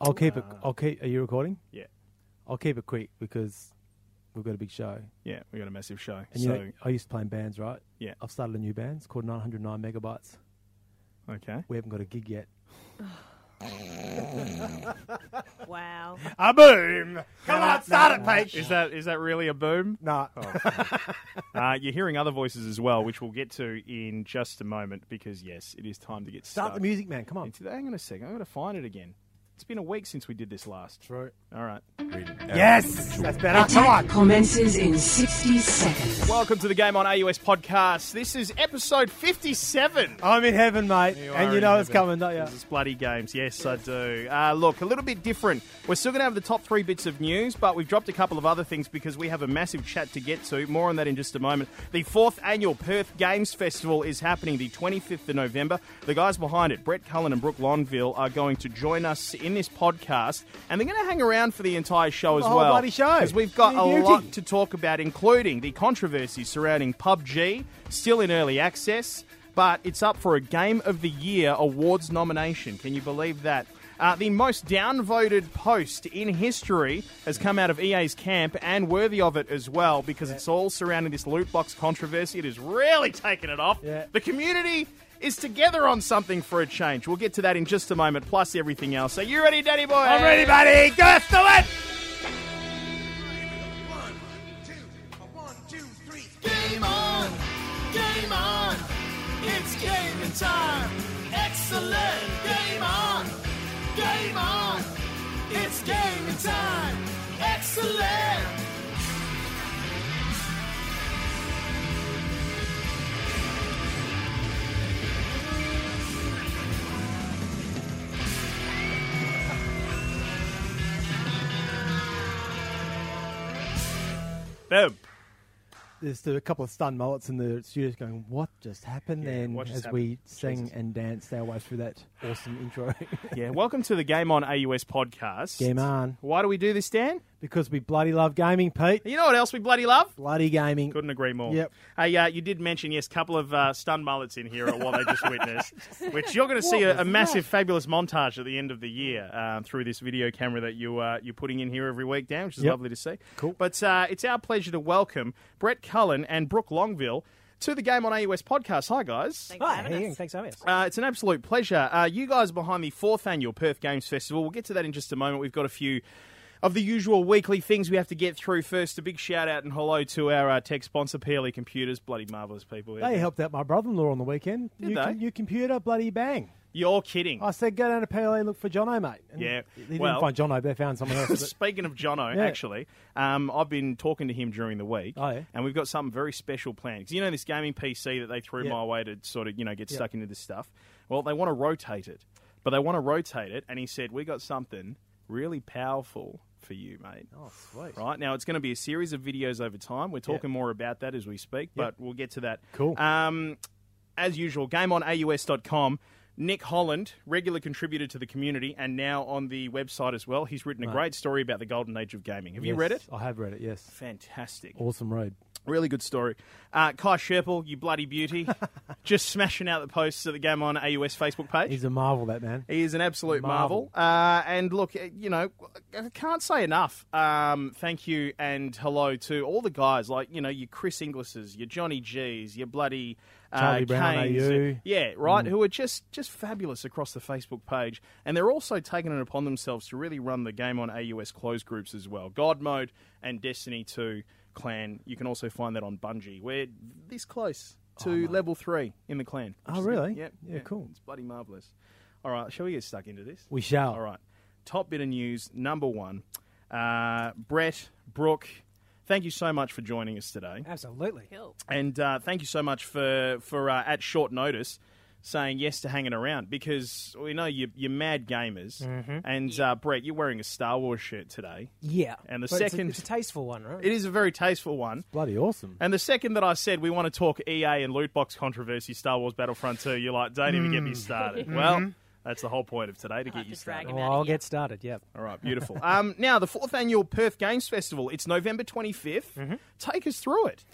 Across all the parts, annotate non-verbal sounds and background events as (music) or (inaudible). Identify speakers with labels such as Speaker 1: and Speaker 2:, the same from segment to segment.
Speaker 1: I'll keep it. I'll keep. Are you recording?
Speaker 2: Yeah,
Speaker 1: I'll keep it quick because we've got a big show.
Speaker 2: yeah, we got a massive show.
Speaker 1: And
Speaker 2: so
Speaker 1: you know, I used to play in bands, right?
Speaker 2: Yeah.
Speaker 1: I've started a new band. It's called 909 Megabytes.
Speaker 2: okay,
Speaker 1: We haven't got a gig yet.
Speaker 3: Wow.
Speaker 2: a boom. Come on, start it, Paige. Is that is that really a boom?
Speaker 1: Nah.
Speaker 2: Uh, you're hearing other voices as well, which we'll get to in just a moment because yes, it is time to get
Speaker 1: Start the music, man. Come on.
Speaker 2: Today, hang on a second. I'm going to find it again. It's been a week since we did this last.
Speaker 1: True.
Speaker 2: All right.
Speaker 1: Yes, that's better. Come
Speaker 4: Attack
Speaker 1: on.
Speaker 4: commences in 60 seconds.
Speaker 2: Welcome to the Game on AUS podcast. This is episode 57.
Speaker 1: I'm in heaven, mate, and
Speaker 2: are
Speaker 1: you
Speaker 2: in
Speaker 1: know it's coming,
Speaker 2: heaven.
Speaker 1: don't you?
Speaker 2: This is bloody games. Yes, I do. Uh, look, a little bit different. We're still going to have the top three bits of news, but we've dropped a couple of other things because we have a massive chat to get to. More on that in just a moment. The fourth annual Perth Games Festival is happening the 25th of November. The guys behind it, Brett Cullen and Brooke Lonville, are going to join us in this podcast, and they're going to hang around for the entire show as
Speaker 1: whole
Speaker 2: well.
Speaker 1: bloody show.
Speaker 2: Because we've got
Speaker 1: Bloody
Speaker 2: a
Speaker 1: beauty.
Speaker 2: lot to talk about, including the controversy surrounding PUBG, still in early access, but it's up for a Game of the Year awards nomination. Can you believe that? Uh, the most downvoted post in history has come out of EA's camp and worthy of it as well because it's all surrounding this loot box controversy. It has really taken it off.
Speaker 1: Yeah.
Speaker 2: The community is together on something for a change. We'll get to that in just a moment, plus everything else. Are you ready, Daddy Boy? I'm ready, buddy. Let's do it. Game on! Game on! It's gaming time! Excellent! Game on! Game on! It's gaming time! Excellent! Boom.
Speaker 1: There's a couple of stunned mullets in the studios going, "What just happened?" then
Speaker 2: what just
Speaker 1: as
Speaker 2: happened?
Speaker 1: we sing
Speaker 2: Jesus.
Speaker 1: and danced our way through that awesome
Speaker 2: (laughs)
Speaker 1: intro. (laughs)
Speaker 2: Yeah, welcome to the Game On AUS podcast.
Speaker 1: Game on,
Speaker 2: Why do we do this, Dan?
Speaker 1: because we bloody love gaming, Pete.
Speaker 2: You know what else we bloody love?
Speaker 1: Bloody gaming.
Speaker 2: Couldn't agree more.
Speaker 1: Yep.
Speaker 2: Hey, uh, you did mention, yes, a couple of uh, stunned mullets in here at what they
Speaker 1: (laughs)
Speaker 2: just witnessed, which you're going to see a, a massive, fabulous montage at the end of the year uh, through this video camera that you, uh, you're putting in here every week, Dan, which is
Speaker 1: Yep.
Speaker 2: lovely to see. Cool. But uh, it's our pleasure to welcome Brett Cullen and Brooke Longville to the Game On AUS podcast. Hi, guys.
Speaker 5: Oh,
Speaker 3: Thanks for having us.
Speaker 6: Thanks, Amos.
Speaker 2: Uh, it's an absolute pleasure. Uh, you guys are behind the fourth annual Perth Games Festival. We'll get to that in just a moment. We've got a few of the usual weekly things we have to get through first. A big shout out and hello to our uh, tech sponsor, PLE Computers. Bloody marvellous people.
Speaker 1: They helped out my brother-in-law on the weekend.
Speaker 2: Did
Speaker 1: new,
Speaker 2: they?
Speaker 1: com- new computer, bloody bang.
Speaker 2: You're kidding.
Speaker 1: I said, go down to PLA and look for Jono, mate. And
Speaker 2: Yeah,
Speaker 1: They didn't
Speaker 2: well-
Speaker 1: find Jono, they found someone
Speaker 2: (laughs)
Speaker 1: else.
Speaker 2: (laughs) Speaking of Jono,
Speaker 1: Yeah.
Speaker 2: actually, um, I've been talking to him during the week,
Speaker 1: Oh, yeah?
Speaker 2: and we've got something very special planned. 'Cause you know this gaming PC that they threw
Speaker 1: Yeah.
Speaker 2: my way to sort of you know get
Speaker 1: Yeah.
Speaker 2: stuck into this stuff. Well, they want to rotate it, but they want to rotate it, and he said we got something really powerful for you, mate.
Speaker 1: oh, sweet.
Speaker 2: Right now, it's going to be a series of videos over time. We're talking more about that as we speak,
Speaker 1: Yep.
Speaker 2: but we'll get to that.
Speaker 1: Cool.
Speaker 2: Um, as usual, gameonaus.com. Nick Holland, regular contributor to the community and now on the website as well. He's written a great story about the golden age of gaming. Have you read it?
Speaker 1: I have read it, yes.
Speaker 2: Fantastic.
Speaker 1: Awesome read.
Speaker 2: Really good story. Uh, Kai Sherpel, you
Speaker 1: (laughs)
Speaker 2: bloody beauty. Just smashing out the posts at the Game On AUS Facebook page.
Speaker 1: He's a marvel, that man.
Speaker 2: He is an absolute marvel.
Speaker 1: Marvel.
Speaker 2: Uh, and look, uh, you know, I can't say enough. Um, thank you and hello to all the guys, like, you know, your Chris Inglis's, your Johnny G's, your bloody uh,
Speaker 1: Charlie Brown Mm.
Speaker 2: Canes,
Speaker 1: AU.
Speaker 2: Yeah, right, who are just, just fabulous across the Facebook page. And they're also taking it upon themselves to really run the game on AUS closed groups as well. God Mode and Destiny 2 Clan. You can also find that on Bungie. We're this close to level 3 in the clan. which
Speaker 1: Oh,
Speaker 2: is good.
Speaker 1: really?
Speaker 2: Yeah,
Speaker 1: Yeah, cool.
Speaker 2: It's bloody marvellous. All right, shall we get stuck into this?
Speaker 1: We shall.
Speaker 2: All right. Top bit of news number one. Uh, Brett, Brooke, thank you so much for joining us today,
Speaker 6: Absolutely.
Speaker 3: Cool.
Speaker 2: and uh, thank you so much for for uh, at short notice saying yes to hanging around because we know you, you're mad gamers,
Speaker 1: Mm-hmm.
Speaker 2: and uh, Brett, you're wearing a Star Wars shirt today.
Speaker 6: Yeah.
Speaker 2: And the
Speaker 6: But it's a-
Speaker 2: second-
Speaker 6: It's a, tasteful one, right?
Speaker 2: It is a very tasteful one.
Speaker 1: Bloody awesome.
Speaker 2: And the second that I said we want to talk EA and loot box controversy, Star Wars Battlefront 2, you're like, don't even get
Speaker 1: Mm.
Speaker 2: me started.
Speaker 1: (laughs) Mm-hmm.
Speaker 2: Well, that's the whole point of today to get
Speaker 3: have
Speaker 2: you
Speaker 3: to drag
Speaker 2: started.
Speaker 3: him
Speaker 6: Oh,
Speaker 3: out
Speaker 6: I'll
Speaker 3: of here.
Speaker 6: get started, yeah.
Speaker 2: All right, beautiful.
Speaker 6: (laughs)
Speaker 2: um, now, the fourth annual Perth Games Festival. It's November 25th.
Speaker 6: Mm-hmm.
Speaker 2: Take us through it.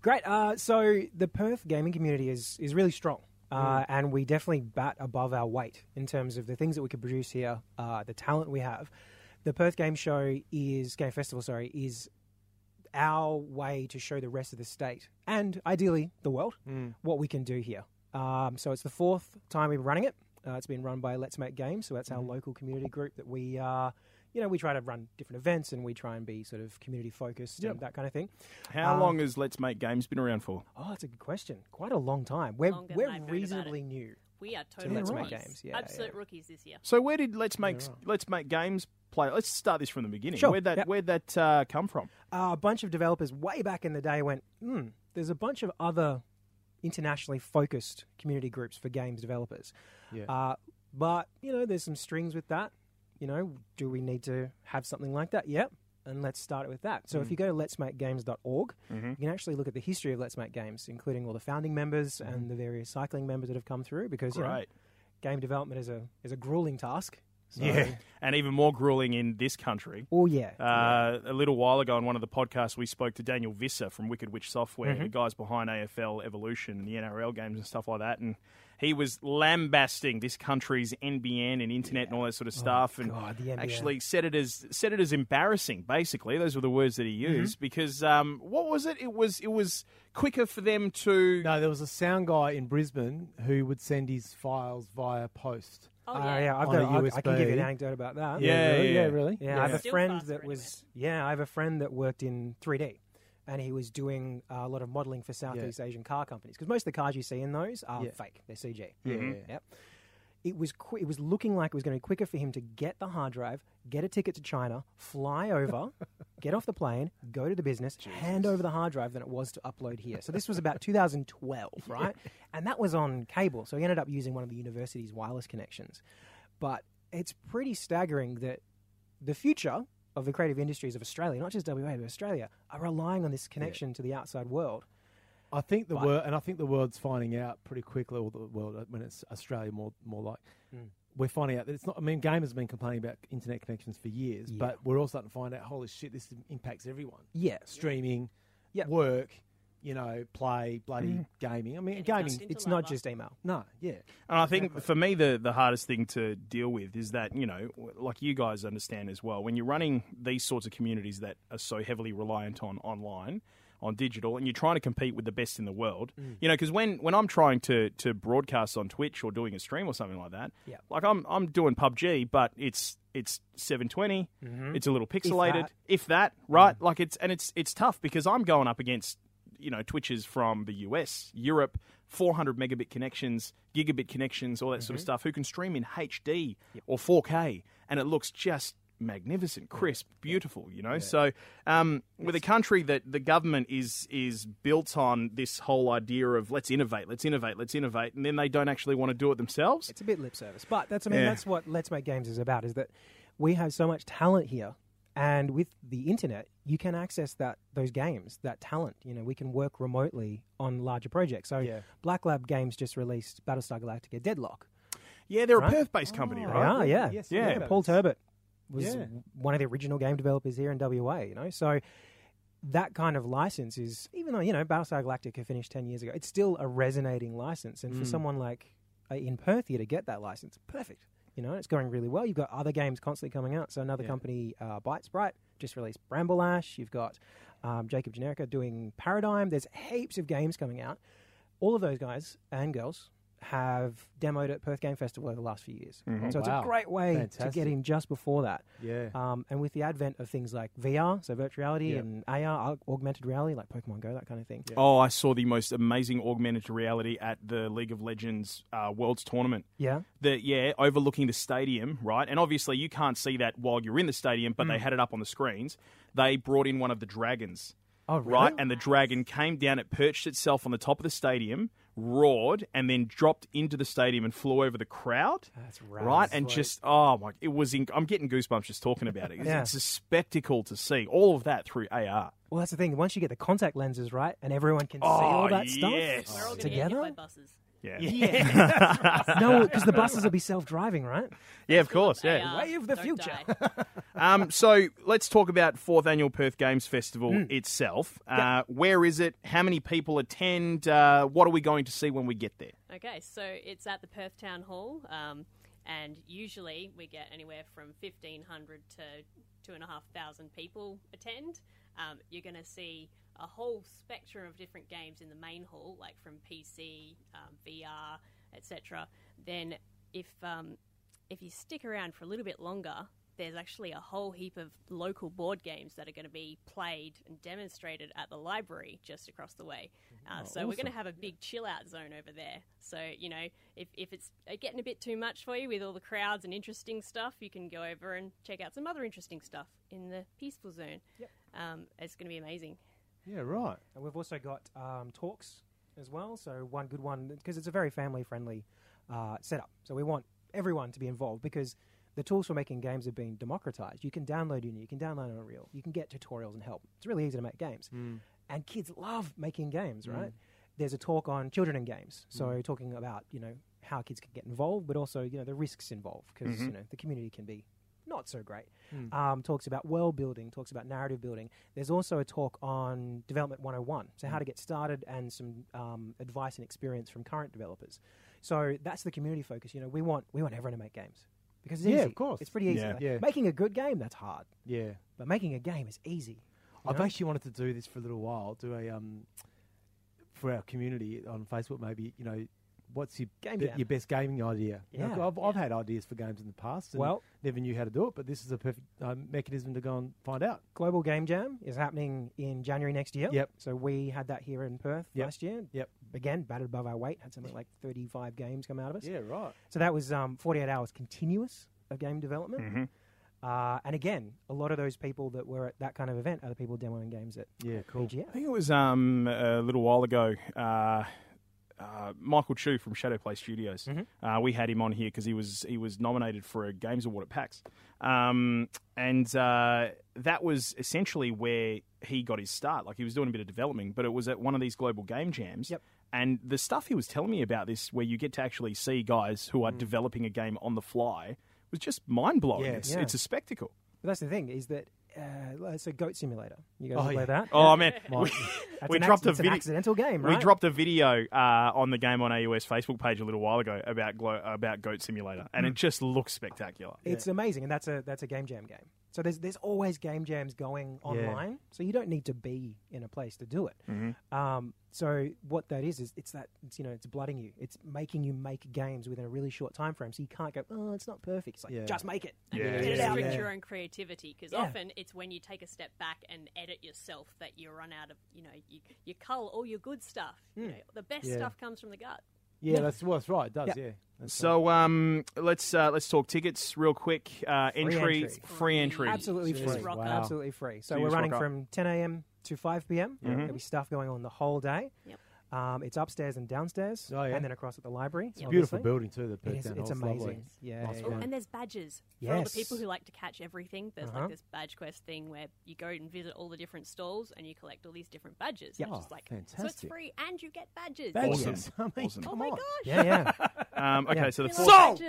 Speaker 6: Great. Uh, so the Perth gaming community is, is really strong. Uh, And we definitely bat above our weight in terms of the things that we can produce here, uh, the talent we have. The Perth Game Show is, Game Festival, sorry, is our way to show the rest of the state and ideally the world what we can do here. Um, so it's the fourth time we're running it. Uh, it's been run by Let's Make Games, so that's our local community group that we, uh, you know, we try to run different events and we try and be sort of community focused and that kind of thing.
Speaker 2: How
Speaker 6: Um,
Speaker 2: long has Let's Make Games been around for?
Speaker 6: Oh, that's a good question. Quite a long time. We're
Speaker 3: Longer than
Speaker 6: we're
Speaker 3: I've known about
Speaker 6: reasonably
Speaker 3: it.
Speaker 6: new.
Speaker 3: We are totally
Speaker 6: Let's Make
Speaker 3: rookies.
Speaker 6: Oh, Games, yeah,
Speaker 3: Absolute
Speaker 6: yeah.
Speaker 3: rookies this year.
Speaker 2: So where did Let's Make Let's Make Games play? Let's start this from the beginning.
Speaker 6: Sure,
Speaker 2: Where'd that
Speaker 6: yep.
Speaker 2: Where'd that uh, come from?
Speaker 6: Uh, a bunch of developers way back in the day went, hmm, there's a bunch of other internationally focused community groups for games developers.
Speaker 1: Yeah.
Speaker 6: Uh, but, you know, there's some strings with that. You know, do we need to have something like that? Yep. And let's start it with that. So if you go to letsmakegames.org, you can actually look at the history of Let's Make Games, including all the founding members and the various cycling members that have come through because, you know,
Speaker 2: Right.
Speaker 6: game development is a, is a grueling task. So,
Speaker 2: and even more grueling in this country.
Speaker 6: Oh, yeah.
Speaker 2: Uh, a little while ago on one of the podcasts, we spoke to Daniel Visser from Wicked Witch Software,
Speaker 6: Mm-hmm.
Speaker 2: the guys behind AFL Evolution and the NRL games and stuff like that. And he was lambasting this country's NBN and internet and all that sort of stuff, and
Speaker 6: Oh, God, the NBN.
Speaker 2: actually said it as said it as embarrassing. Basically, those were the words that he
Speaker 6: Mm-hmm.
Speaker 2: used because um, what was it? It was it was quicker for them to.
Speaker 1: No, there was a sound guy in Brisbane who would send his files via post.
Speaker 3: Oh,
Speaker 6: Uh,
Speaker 3: yeah.
Speaker 6: yeah, I've
Speaker 1: On
Speaker 6: got.
Speaker 1: a
Speaker 6: I- I can give you an
Speaker 1: USB.
Speaker 6: anecdote about that.
Speaker 2: Yeah,
Speaker 1: really?
Speaker 2: yeah.
Speaker 1: yeah, really.
Speaker 6: Yeah, I have a
Speaker 3: Still
Speaker 6: friend
Speaker 3: faster
Speaker 6: that
Speaker 3: anyway.
Speaker 6: was. Yeah, I have a friend that worked in 3D, and he was doing uh, a lot of modeling for Southeast Asian car companies because most of the cars you see in those are
Speaker 1: Yeah.
Speaker 6: fake; they're CG.
Speaker 1: Yeah, Mhm. yeah.
Speaker 6: Yep. It was. Qu- it was looking like it was going to be quicker for him to get the hard drive, get a ticket to China,
Speaker 1: (laughs)
Speaker 6: fly over, get off the plane, go to the business, hand over the hard drive than it was to upload here. So this was about 2012,
Speaker 1: (laughs)
Speaker 6: right? And that was on cable, so he ended up using one of the university's wireless connections. But it's pretty staggering that the future of the creative industries of Australia, not just WA, but Australia, are relying on this connection to the outside world.
Speaker 1: I think the
Speaker 6: But-
Speaker 1: world, and I think the world's finding out pretty quickly. Or the world, uh, when it's Australia, more more like we're finding out that it's not. I mean, gamers have been complaining about internet connections for years,
Speaker 6: Yeah.
Speaker 1: but we're all starting to find out. Holy shit, this impacts everyone.
Speaker 6: Yeah.
Speaker 1: Streaming,
Speaker 6: Yeah.
Speaker 1: work, you know, play, bloody gaming. I mean,
Speaker 3: And
Speaker 1: gaming.
Speaker 3: dust into
Speaker 6: It's not
Speaker 3: lava.
Speaker 6: just email.
Speaker 1: no, yeah,
Speaker 2: And I think for me, the, the hardest thing to deal with is that, you know, like you guys understand as well, when you're running these sorts of communities that are so heavily reliant on online, on digital, and you're trying to compete with the best in the world,
Speaker 6: Mm.
Speaker 2: you know, because when, when I'm trying to, to broadcast on Twitch or doing a stream or something like that,
Speaker 6: Yeah.
Speaker 2: like I'm, I'm doing PUBG, but it's, it's 720, it's a little pixelated,
Speaker 6: Mm-hmm. that.
Speaker 2: if that, right? Like it's, and it's, it's tough because I'm going up against you know twitches from the US, Europe, 400 megabit connections, gigabit connections, all that
Speaker 6: Mm-hmm.
Speaker 2: sort of stuff. Who can stream in HD or 4K, and it looks just magnificent, crisp, beautiful. You know, so um, with a country that the government is is built on this whole idea of let's innovate, let's innovate, let's innovate, and then they don't actually want to do it themselves.
Speaker 6: It's a bit lip service, but that's I mean
Speaker 2: Yeah.
Speaker 6: that's what Let's Make Games is about. Is that we have so much talent here, and with the internet, you can access that those games, that talent. You know, we can work remotely on larger projects. So,
Speaker 1: Yeah.
Speaker 6: Black Lab Games just released Battlestar Galactica Deadlock.
Speaker 2: Yeah, they're
Speaker 6: Right. Oh.
Speaker 2: a Perth-based company,
Speaker 6: They
Speaker 2: right?
Speaker 6: are, yeah,
Speaker 1: Yes,
Speaker 2: Yeah.
Speaker 1: Oh, yeah.
Speaker 6: Paul Turbot was
Speaker 1: Yeah.
Speaker 6: w- one of the original game developers here in WA. You know, so that kind of license is, even though you know Battlestar Galactica finished ten years ago, it's still a resonating license.
Speaker 1: Mm.
Speaker 6: And for someone like uh, in Perth here to get that license, perfect. You know, it's going really well. You've got other games constantly coming out. So another company, uh, Bite Sprite, just released Bramble Ash. You've got um, Jacob Generica doing Paradigm. There's heaps of games coming out all of those guys and girls have demoed at Perth Game Festival over the last few years. So it's
Speaker 1: Mm-hmm. Wow.
Speaker 6: a great way to
Speaker 1: Fantastic.
Speaker 6: get in just before that.
Speaker 1: Yeah.
Speaker 6: Um, and with the advent of things like VR, so virtual reality
Speaker 1: Yep.
Speaker 6: and AR, aug- augmented reality, like Pokemon Go, that kind of thing.
Speaker 2: Oh, I saw the most amazing augmented reality at the League of Legends uh, Worlds tournament.
Speaker 6: Yeah.
Speaker 2: that yeah overlooking the stadium right and obviously you can't see that while you're in the stadium but they
Speaker 6: Mm.
Speaker 2: had it up on the screens they brought in one of the dragons
Speaker 6: Oh, really?
Speaker 2: right and the dragon came down it perched itself on the top of the stadium roared and then dropped into the stadium and flew over the crowd
Speaker 6: That's
Speaker 2: right,
Speaker 6: rad.
Speaker 2: and just oh my it was in, i'm getting goosebumps just talking
Speaker 6: (laughs)
Speaker 2: about it
Speaker 6: Yeah.
Speaker 2: it's a spectacle to see all of that through ar
Speaker 6: Well, that's the thing. Once you get the contact lenses right and everyone can
Speaker 2: Oh,
Speaker 6: see all that
Speaker 2: yes.
Speaker 3: We're all
Speaker 6: stuff
Speaker 3: going to get hit by
Speaker 6: together.
Speaker 3: buses.
Speaker 2: yeah
Speaker 6: Yeah. (laughs) no, because the buses will be self driving, right?
Speaker 2: yeah of course yeah
Speaker 3: AR,
Speaker 6: Way of the
Speaker 3: don't
Speaker 6: (laughs) future.
Speaker 3: die.
Speaker 2: Um, so let's talk about fourth annual Perth Games Festival itself. Uh, Where is it? How many people attend? Uh, what are we going to see when we get there?
Speaker 5: Okay, so it's at the Perth Town Hall, um, and usually we get anywhere from 1,500 to 2,500 people attend. Um, you're going to see a whole spectrum of different games in the main hall, like from PC, um, VR, etc. Then, if um, if you stick around for a little bit longer, there's actually a whole heap of local board games that are going to be played and demonstrated at the library just across the way. Uh, so we're going to have a big chill out zone over there. So you know, if if it's uh, getting a bit too much for you with all the crowds and interesting stuff, you can go over and check out some other interesting stuff in the peaceful zone. Um, it's going to be amazing.
Speaker 1: Yeah, right.
Speaker 6: And we've also got um, talks as well. So one good one because it's a very family-friendly uh, setup. So we want everyone to be involved because the tools for making games have been democratized. You can download Unity, you can download Unreal, you can get tutorials and help. It's really easy to make games, and kids love making games, right?
Speaker 1: Mm.
Speaker 6: There's a talk on children and games. So talking about you know how kids can get involved, but also you know the risks involved because
Speaker 1: Mm-hmm.
Speaker 6: you know the community can be not so great.
Speaker 1: Mm.
Speaker 6: Um, talks about world building, talks about narrative building. There's also a talk on development 101, so
Speaker 1: Mm.
Speaker 6: how to get started and some um, advice and experience from current developers. So that's the community focus. You know, we want we want everyone to make games because it's
Speaker 1: Yeah,
Speaker 6: easy.
Speaker 1: of course.
Speaker 6: it's pretty easy.
Speaker 2: Yeah.
Speaker 6: Like,
Speaker 1: Yeah.
Speaker 6: Making a good game that's hard,
Speaker 1: Yeah.
Speaker 6: but making a game is easy.
Speaker 1: I've
Speaker 6: know?
Speaker 1: actually wanted to do this for a little while. Do a um for our community on Facebook, maybe you know, what's your
Speaker 6: Game
Speaker 1: be-
Speaker 6: jam.
Speaker 1: your best gaming idea? You know,
Speaker 6: Yeah.
Speaker 1: 'cause I've, I've had ideas for games in the past. And
Speaker 6: Well-
Speaker 1: never knew how to do it, but this is a perfect um, mechanism to go and find out.
Speaker 6: Global Game Jam is happening in January next year.
Speaker 1: Yep.
Speaker 6: So we had that here in Perth
Speaker 1: Yep.
Speaker 6: last year.
Speaker 1: Yep.
Speaker 6: Again, batted above our weight, had
Speaker 1: (laughs)
Speaker 6: something like 35 games come out of us.
Speaker 1: right.
Speaker 6: So that was um, 48 hours continuous of game development.
Speaker 1: Mm-hmm.
Speaker 6: Uh, and again, a lot of those people that were at that kind of event are the people demoing games at E
Speaker 1: Yeah, cool.
Speaker 6: PGF.
Speaker 2: I think it was um, a little while ago. Uh, uh, Michael Chu from Shadow Play Studios.
Speaker 6: Mm-hmm.
Speaker 2: Uh, we had him on here because he was he was nominated for a Games Award at PAX, um, and uh, that was essentially where he got his start. Like he was doing a bit of developing, but it was at one of these global game jams.
Speaker 6: Yep.
Speaker 2: And the stuff he was telling me about this, where you get to actually see guys who are developing a game on the fly, was just mind blowing.
Speaker 1: Yeah.
Speaker 2: it's,
Speaker 6: Mm. Yeah.
Speaker 2: it's a spectacle.
Speaker 6: But that's the thing is that uh, so Goat Simulator. You guys
Speaker 1: Oh,
Speaker 6: play
Speaker 1: yeah.
Speaker 6: that?
Speaker 2: Oh man,
Speaker 6: (laughs)
Speaker 2: we,
Speaker 6: That's
Speaker 2: we
Speaker 6: an
Speaker 2: dropped
Speaker 6: acc-
Speaker 2: a
Speaker 6: it's an
Speaker 2: video.
Speaker 6: accidental game,
Speaker 2: We
Speaker 6: right?
Speaker 2: dropped a video uh, on the Game on AUS Facebook page a little while ago about glo- about Goat Simulator, and it just looks spectacular.
Speaker 6: It's amazing, and that's a that's a game jam game. So there's there's always game jams going online, so you don't need to be in a place to do it. Um, so what that is is it's that it's, you know it's blooding you, it's making you make games within a really short time frame, so you can't go oh it's not perfect. It's like
Speaker 1: Yeah.
Speaker 6: just make it.
Speaker 2: Yeah,
Speaker 5: Restrict
Speaker 6: yeah, yeah.
Speaker 5: your own creativity because
Speaker 6: Yeah.
Speaker 5: often it's when you take a step back and edit yourself that you run out of you know you, you cull all your good stuff. You know, the best
Speaker 1: Yeah.
Speaker 5: stuff comes from the gut.
Speaker 1: Yeah, that's well, that's right. It does.
Speaker 6: Yeah.
Speaker 1: Yeah. That's right.
Speaker 2: So um, let's uh, let's talk tickets real quick. Uh,
Speaker 6: Free
Speaker 2: entry,
Speaker 6: entry.
Speaker 2: free entry.
Speaker 6: Absolutely
Speaker 1: Jeez,
Speaker 6: free.
Speaker 5: rock
Speaker 1: wow.
Speaker 5: up.
Speaker 6: Absolutely free.
Speaker 2: So
Speaker 6: So
Speaker 2: you
Speaker 6: we're
Speaker 2: just
Speaker 6: running
Speaker 2: rock up.
Speaker 6: from 10 a.m. to 5 p.m. There'll be stuff going on the whole day.
Speaker 5: Yep.
Speaker 6: Um, it's upstairs and downstairs,
Speaker 1: Oh, yeah.
Speaker 6: and then across at the library. It's
Speaker 1: beautiful building too. The Perth
Speaker 6: It is,
Speaker 1: Town
Speaker 6: it's
Speaker 1: Hall's lovely.
Speaker 6: amazing. Yeah,
Speaker 1: Nice
Speaker 6: yeah,
Speaker 1: room.
Speaker 6: yeah.
Speaker 5: And there's badges for all the
Speaker 6: Yes.
Speaker 5: people who like to catch everything. There's
Speaker 6: Uh-huh.
Speaker 5: like this badge quest thing where you go and visit all the different stalls and you collect all these different badges.
Speaker 6: Yeah.
Speaker 5: And
Speaker 1: Oh,
Speaker 5: it's just like so it's
Speaker 1: fantastic.
Speaker 5: free and you get badges.
Speaker 2: Awesome.
Speaker 1: Yes. I mean,
Speaker 2: Awesome.
Speaker 1: (laughs)
Speaker 5: Oh
Speaker 1: come
Speaker 5: my
Speaker 1: on.
Speaker 5: gosh!
Speaker 6: yeah, yeah.
Speaker 2: Um, okay, so the
Speaker 5: We
Speaker 2: fourth,
Speaker 5: love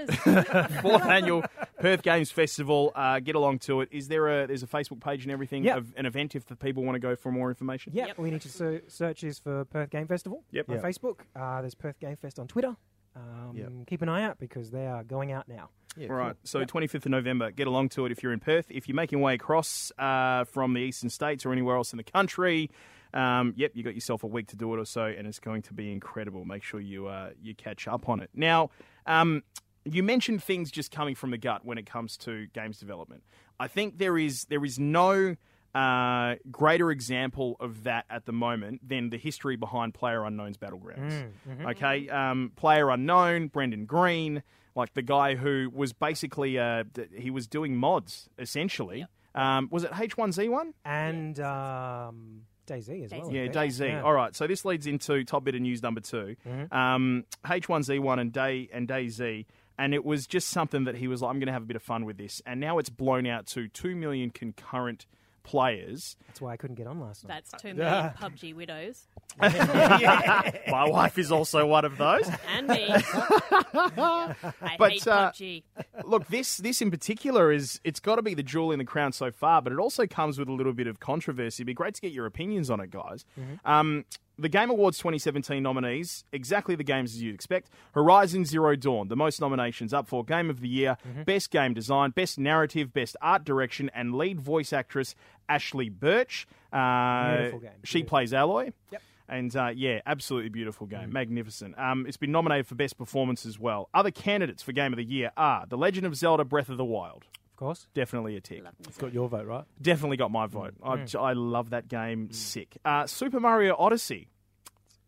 Speaker 2: (laughs)
Speaker 5: badges.
Speaker 2: fourth annual Perth Games Festival. Uh, get along to it. Is there a there's a Facebook page and everything
Speaker 6: Yeah.
Speaker 2: of an event if the people want to go for more information?
Speaker 6: Yeah,
Speaker 5: Yep.
Speaker 6: all you need to ser- search is for Perth Game Festival
Speaker 2: Yep.
Speaker 6: on
Speaker 1: Yeah.
Speaker 6: Facebook. Uh, there's Perth Game Fest on Twitter. Um,
Speaker 1: Yep.
Speaker 6: Keep an eye out because they are going out now.
Speaker 1: Yeah,
Speaker 2: All right, so 25th of November, get along to it if you're in Perth. If you're making your way across uh, from the eastern states or anywhere else in the country, um, yep, you got yourself a week to do it or so, and it's going to be incredible. Make sure you uh, you catch up on it. Now, um, you mentioned things just coming from the gut when it comes to games development. I think there is there is no uh, greater example of that at the moment than the history behind Player Unknown's Battlegrounds. Okay, um, Player Unknown, Brendan Green, like the guy who was basically uh, d- he was doing mods essentially. Um, was it H1Z1?
Speaker 6: And um, DayZ as well. I
Speaker 2: Yeah,
Speaker 6: think.
Speaker 2: Day Z.
Speaker 6: Yeah.
Speaker 2: All right, so this leads into top bit of news number 2 Um, H1Z1 and Day and Day Z, and it was just something that he was like, I'm going to have a bit of fun with this, and now it's blown out to two million concurrent players.
Speaker 6: That's why I couldn't get on last night.
Speaker 5: That's too many PUBG widows.
Speaker 6: (laughs)
Speaker 2: My wife is also one of those.
Speaker 5: And me. I
Speaker 2: But,
Speaker 5: hate
Speaker 2: uh,
Speaker 5: PUBG.
Speaker 2: Look, this this in particular is it's got to be the jewel in the crown so far, but it also comes with a little bit of controversy. It'd be great to get your opinions on it, guys.
Speaker 6: Mm-hmm.
Speaker 2: Um, the Game Awards 2017 nominees, exactly the games as you'd expect. Horizon Zero Dawn, the most nominations up for Game of the Year,
Speaker 6: Mm-hmm.
Speaker 2: Best Game Design, Best Narrative, Best Art Direction, and Lead Voice Actress Ashley Birch. Uh,
Speaker 6: Beautiful game.
Speaker 2: She
Speaker 6: Beautiful.
Speaker 2: plays Alloy. Yep. And uh, yeah, absolutely beautiful game,
Speaker 6: Mm.
Speaker 2: magnificent. Um, it's been nominated for best performance as well. Other candidates for game of the year are The Legend of Zelda: Breath of the Wild,
Speaker 6: Of course.
Speaker 2: definitely a tick.
Speaker 1: It's got your vote, right?
Speaker 2: Definitely got my vote.
Speaker 6: Mm.
Speaker 2: I- I, love that game, sick. Uh, Super Mario Odyssey,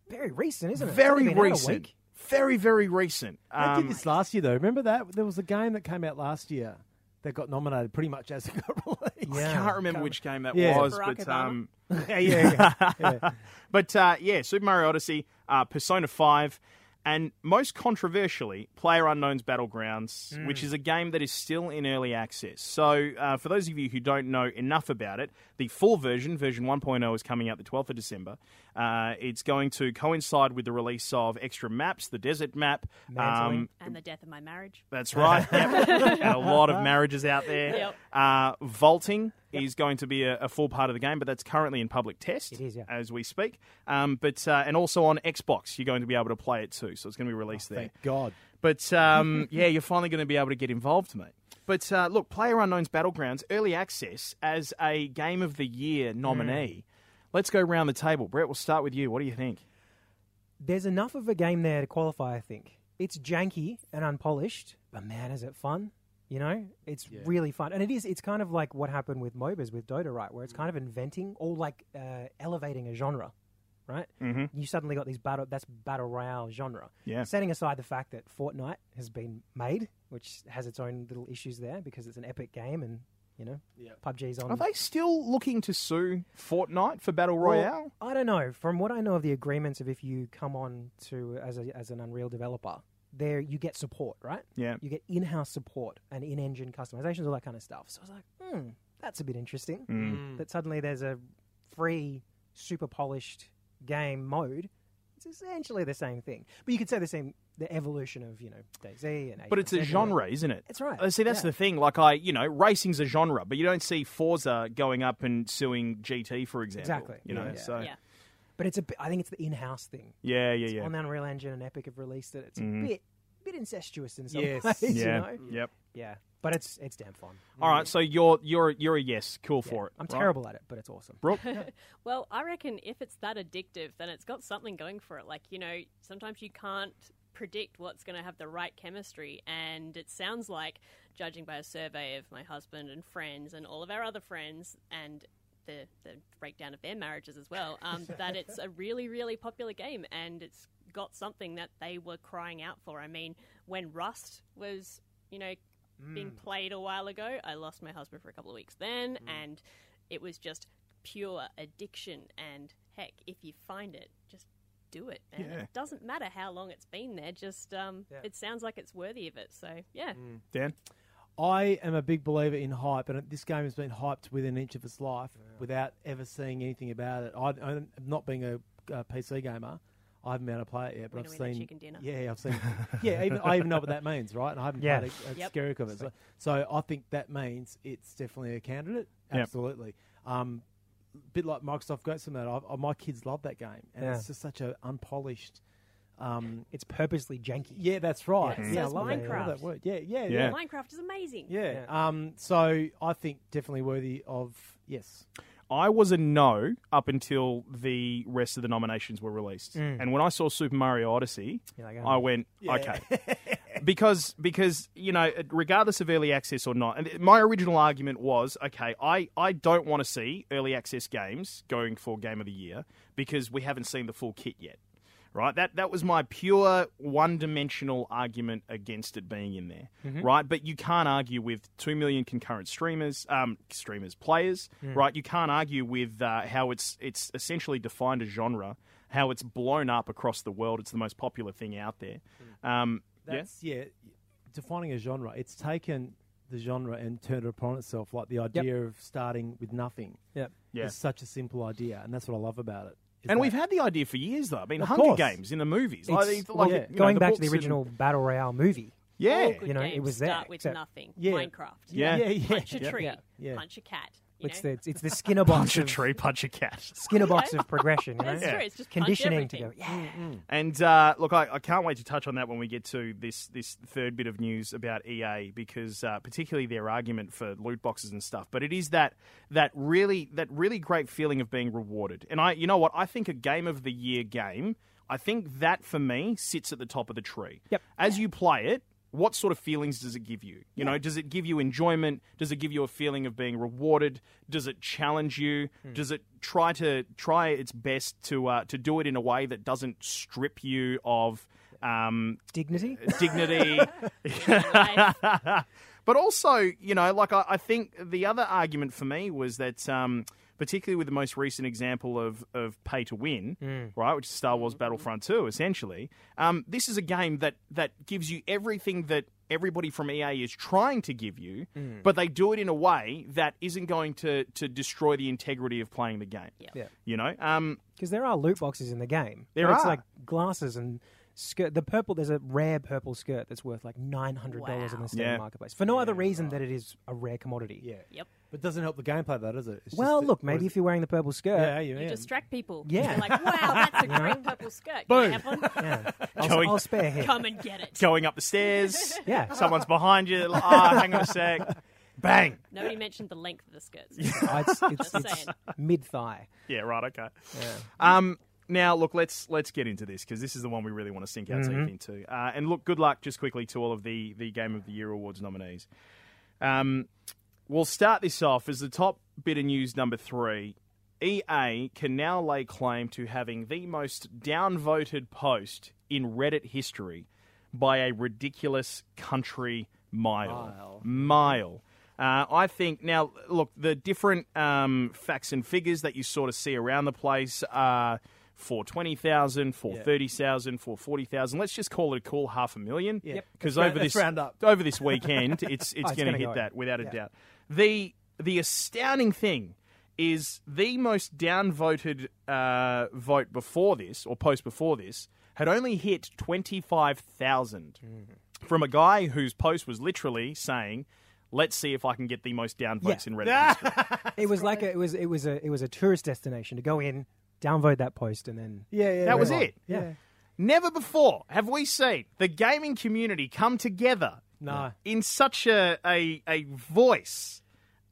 Speaker 6: Very recent, isn't it? It's
Speaker 2: very
Speaker 6: only been out a
Speaker 2: recent,
Speaker 6: week.
Speaker 2: very very recent.
Speaker 1: I did
Speaker 2: Um,
Speaker 1: this last year though. Remember that there was a game that came out last year that got nominated pretty much as it got (laughs) released.
Speaker 2: I can't remember which game that
Speaker 1: Yeah.
Speaker 2: was,
Speaker 5: Barack
Speaker 2: but
Speaker 5: Obama?
Speaker 2: um,
Speaker 1: (laughs) yeah, yeah, yeah.
Speaker 2: (laughs) But uh, yeah, Super Mario Odyssey, uh, Persona 5, and most controversially, Player Unknown's Battlegrounds, which is a game that is still in early access. So, uh, for those of you who don't know enough about it, the full version, version 1.0, is coming out the 12th of December. Uh, it's going to coincide with the release of extra maps, the desert map. Um,
Speaker 6: Mantling.
Speaker 5: And the death of my marriage.
Speaker 2: That's
Speaker 6: (laughs)
Speaker 2: right. Yep. and a lot of marriages out there.
Speaker 5: Yep.
Speaker 2: Uh, vaulting is going to be a, a full part of the game, but that's currently in public test
Speaker 6: It is, yeah.
Speaker 2: as we speak. Um, but uh, and also on Xbox, you're going to be able to play it too. So it's going to be released
Speaker 6: Oh,
Speaker 2: there.
Speaker 1: Thank God.
Speaker 2: (laughs) But um, yeah, you're finally going to be able to get involved, mate. But uh, look, Player Unknown's Battlegrounds early access as a Game of the
Speaker 6: Hmm.
Speaker 2: Year nominee. Let's go round the table. Brett, we'll start with you. What do you think?
Speaker 6: There's enough of a game there to qualify, I think. It's janky and unpolished, but man, is it fun. You know, it's really fun. And it is, it's kind of like what happened with MOBAs with Dota, right? Where it's kind of inventing or like uh, elevating a genre, right?
Speaker 2: Mhm.
Speaker 6: You suddenly got these battle, that's battle royale genre.
Speaker 2: Yeah.
Speaker 6: Setting aside the fact that Fortnite has been made, which has its own little issues there because it's an epic game and, you know, PUBG's on.
Speaker 2: Are they still looking to sue Fortnite for Battle
Speaker 6: Well,
Speaker 2: Royale?
Speaker 6: I don't know. From what I know of the agreements of if you come on to as a, as an Unreal developer, there you get support, right?
Speaker 2: Yeah.
Speaker 6: You get in-house support and in-engine customizations, all that kind of stuff. So I was like, hmm, that's a bit interesting.
Speaker 2: Mm.
Speaker 6: That suddenly there's a free, super polished game mode. It's essentially the same thing, but you could say the same the evolution of you know DayZ and
Speaker 2: But it's a
Speaker 6: AZ.
Speaker 2: genre, isn't it?
Speaker 6: That's right,
Speaker 2: Uh, See, that's the
Speaker 6: yeah.
Speaker 2: thing. Like I, you know, racing's a genre, but you don't see Forza going up and suing GT, for example.
Speaker 6: Exactly.
Speaker 2: You know,
Speaker 6: Yeah.
Speaker 2: so
Speaker 5: Yeah.
Speaker 6: But it's a bit, I think it's the in-house thing.
Speaker 2: yeah, yeah,
Speaker 6: On
Speaker 2: yeah.
Speaker 6: the Unreal Engine and Epic have released it. It's a bit bit incestuous in some
Speaker 1: Yes.
Speaker 6: ways. You
Speaker 2: yeah.
Speaker 6: know? Mm.
Speaker 2: Yep.
Speaker 6: Yeah, but it's it's damn fun.
Speaker 2: All right. So you're you're you're a yes. Cool for it.
Speaker 6: I'm
Speaker 2: right?
Speaker 6: terrible at it, but it's awesome. (laughs)
Speaker 2: Brooke.
Speaker 5: Well, I reckon if it's that addictive, then it's got something going for it. Like, you know, sometimes you can't predict what's going to have the right chemistry. And it sounds like, judging by a survey of my husband and friends and all of our other friends and the, the breakdown of their marriages as well, um, that it's a really, really popular game and it's got something that they were crying out for. I mean, when Rust was, you know, being played a while ago, I lost my husband for a couple of weeks then, and it was just pure addiction. And heck, if you find it, just do it. And
Speaker 2: Yeah.
Speaker 5: it doesn't matter how long it's been there, just um, it sounds like it's worthy of it. So, yeah.
Speaker 2: Dan.
Speaker 1: I am a big believer in hype, and this game has been hyped within each of its life without ever seeing anything about it. I, I'm not being a, uh PC gamer. I haven't been able to play it yet, but
Speaker 5: Winner,
Speaker 1: I've
Speaker 5: winner,
Speaker 1: seen.
Speaker 5: chicken dinner.
Speaker 1: Yeah, I've seen. yeah, even, I even know what that means, right? And I haven't
Speaker 6: Yeah.
Speaker 1: played a, a
Speaker 5: Yep.
Speaker 1: skerrick of it. So, so I think that means it's definitely a candidate.
Speaker 2: Yep.
Speaker 1: Absolutely. Um, bit like Microsoft Goats and that. I, I, my kids love that game, and
Speaker 6: Yeah.
Speaker 1: it's just such a unpolished. Um,
Speaker 6: It's purposely janky.
Speaker 1: yeah, that's right.
Speaker 5: Yeah,
Speaker 1: Yeah,
Speaker 5: so
Speaker 1: I
Speaker 5: it's
Speaker 1: love that- I love
Speaker 5: Minecraft.
Speaker 1: That, word. Yeah, yeah,
Speaker 2: Yeah.
Speaker 1: yeah.
Speaker 5: Minecraft is amazing.
Speaker 1: Yeah. Um, so I think definitely worthy of yes.
Speaker 2: I was a no up until the rest of the nominations were released, and when I saw Super Mario Odyssey,
Speaker 6: Mm. You're like, oh.
Speaker 2: I went okay. because because you know regardless of early access or not and my original argument was okay i i don't want to see early access games going for game of the year because we haven't seen the full kit yet right that that was my pure one dimensional argument against it being in there
Speaker 6: Mm-hmm.
Speaker 2: right but you can't argue with 2 million concurrent streamers um streamers players
Speaker 6: Mm.
Speaker 2: right you can't argue with uh, how it's it's essentially defined a genre how it's blown up across the world it's the most
Speaker 6: Mm.
Speaker 2: popular thing out there um yeah?
Speaker 1: That's yeah. Defining a genre, it's taken the genre and turned it upon itself, like the idea of starting with nothing.
Speaker 6: Yep.
Speaker 2: Yeah.
Speaker 1: It's such a simple idea, and that's what I love about it. is
Speaker 2: And
Speaker 1: that-
Speaker 2: we've had the idea for years, though. I mean,
Speaker 1: Of
Speaker 2: Hunger
Speaker 1: course.
Speaker 2: Games in the movies.
Speaker 6: It's-
Speaker 2: Like,
Speaker 6: well,
Speaker 2: like, you know,
Speaker 6: going back to the
Speaker 2: books and-
Speaker 6: original battle royale movie.
Speaker 2: yeah.
Speaker 5: All good
Speaker 6: You know, it
Speaker 5: games
Speaker 6: was there,
Speaker 5: start with
Speaker 6: except-
Speaker 5: nothing.
Speaker 1: Yeah.
Speaker 5: Minecraft.
Speaker 2: Yeah.
Speaker 1: yeah, yeah.
Speaker 5: (laughs) Punch a
Speaker 2: Yeah.
Speaker 5: tree.
Speaker 1: Yeah.
Speaker 5: Punch a cat. You
Speaker 6: It's
Speaker 5: know?
Speaker 6: the it's, it's the Skinner box
Speaker 2: Punch a
Speaker 6: of
Speaker 2: tree, punch a cat.
Speaker 5: (laughs)
Speaker 6: Skinner box of progression. You know?
Speaker 5: That's
Speaker 2: Yeah.
Speaker 5: true. It's just punch
Speaker 6: Conditioning to go.
Speaker 5: everything.
Speaker 6: Yeah.
Speaker 2: And uh, look, I, I can't wait to touch on that when we get to this this third bit of news about EA because uh, particularly their argument for loot boxes and stuff. But it is that that really that really great feeling of being rewarded. And I, you know what, I think a game of the year game. I think that for me sits at the top of the tree.
Speaker 6: Yep.
Speaker 2: As you play it, what sort of feelings does it give you? You know, does it give you enjoyment? Does it give you a feeling of being rewarded? Does it challenge you? Does it try to try its best to uh, to do it in a way that doesn't strip you of um,
Speaker 6: Dignity.
Speaker 2: dignity? (laughs)
Speaker 5: Life.
Speaker 2: but also, you know, like I, I think the other argument for me was that. Um, Particularly with the most recent example of, of pay to win, right, which is Star Wars Battlefront 2, essentially. Um, this is a game that, that gives you everything that everybody from EA is trying to give you, but they do it in a way that isn't going to, to destroy the integrity of playing the game.
Speaker 6: Yeah.
Speaker 2: You know? Um,
Speaker 6: Because there are loot boxes in the game.
Speaker 2: There
Speaker 6: but It's
Speaker 2: are.
Speaker 6: like glasses and skirt. The purple. There's a rare purple skirt that's worth like nine hundred dollars in
Speaker 5: Wow.
Speaker 6: the Steam
Speaker 2: Yeah.
Speaker 6: marketplace for no other reason that it is a rare commodity.
Speaker 1: Yeah.
Speaker 5: Yep.
Speaker 1: But it doesn't help the gameplay, though, does it? It's just
Speaker 6: Well,
Speaker 1: that-
Speaker 6: look,
Speaker 1: what
Speaker 6: maybe
Speaker 1: is-
Speaker 6: if you're wearing the purple skirt,
Speaker 1: Yeah, you
Speaker 5: You
Speaker 1: yeah.
Speaker 5: distract people.
Speaker 6: Yeah.
Speaker 5: They're like, wow, that's a great purple skirt. Can I have one?
Speaker 6: I'll,
Speaker 2: Going-
Speaker 6: I'll spare him.
Speaker 5: Come and get it.
Speaker 2: going up the stairs,
Speaker 6: (laughs) Yeah. (laughs)
Speaker 2: someone's behind you, like, ah, hang on a sec, bang.
Speaker 5: Nobody mentioned the length of the skirts.
Speaker 6: Oh, it's it's,
Speaker 5: Just
Speaker 6: it's
Speaker 5: saying.
Speaker 6: mid thigh.
Speaker 2: Yeah, right. Okay. Um, now, look, let's let's get into this because this is the one we really want to sink our teeth into. Uh, and look, good luck just quickly to all of the the Game of the Year awards nominees. Um, we'll start this off as the top bit of news number three. EA can now lay claim to having the most downvoted post in Reddit history by a ridiculous country mile. Mile. Uh, I think now, look, the different um, facts and figures that you sort of see around the place are for 20,000, for 30,000, for 40,000. Let's just call it a cool half a million.
Speaker 1: Yep. Let's
Speaker 2: Because
Speaker 1: round-
Speaker 2: over
Speaker 1: let's
Speaker 2: this
Speaker 1: round up.
Speaker 2: over this weekend, it's it's
Speaker 6: it's
Speaker 2: going to
Speaker 6: gonna
Speaker 2: hit
Speaker 6: go
Speaker 2: that
Speaker 6: over.
Speaker 2: without a doubt. The the astounding thing is the most downvoted uh, vote before this or post before this had only hit twenty five thousand from a guy whose post was literally saying, "Let's see if I can get the most downvotes in Reddit." history."
Speaker 6: It was like a, it was it was a it was a tourist destination to go in, downvote that post, and then
Speaker 1: Yeah, yeah.
Speaker 2: That was
Speaker 1: yeah.
Speaker 2: it.
Speaker 1: Yeah.
Speaker 2: Never before have we seen the gaming community come together
Speaker 1: No.
Speaker 2: in such a, a, a voice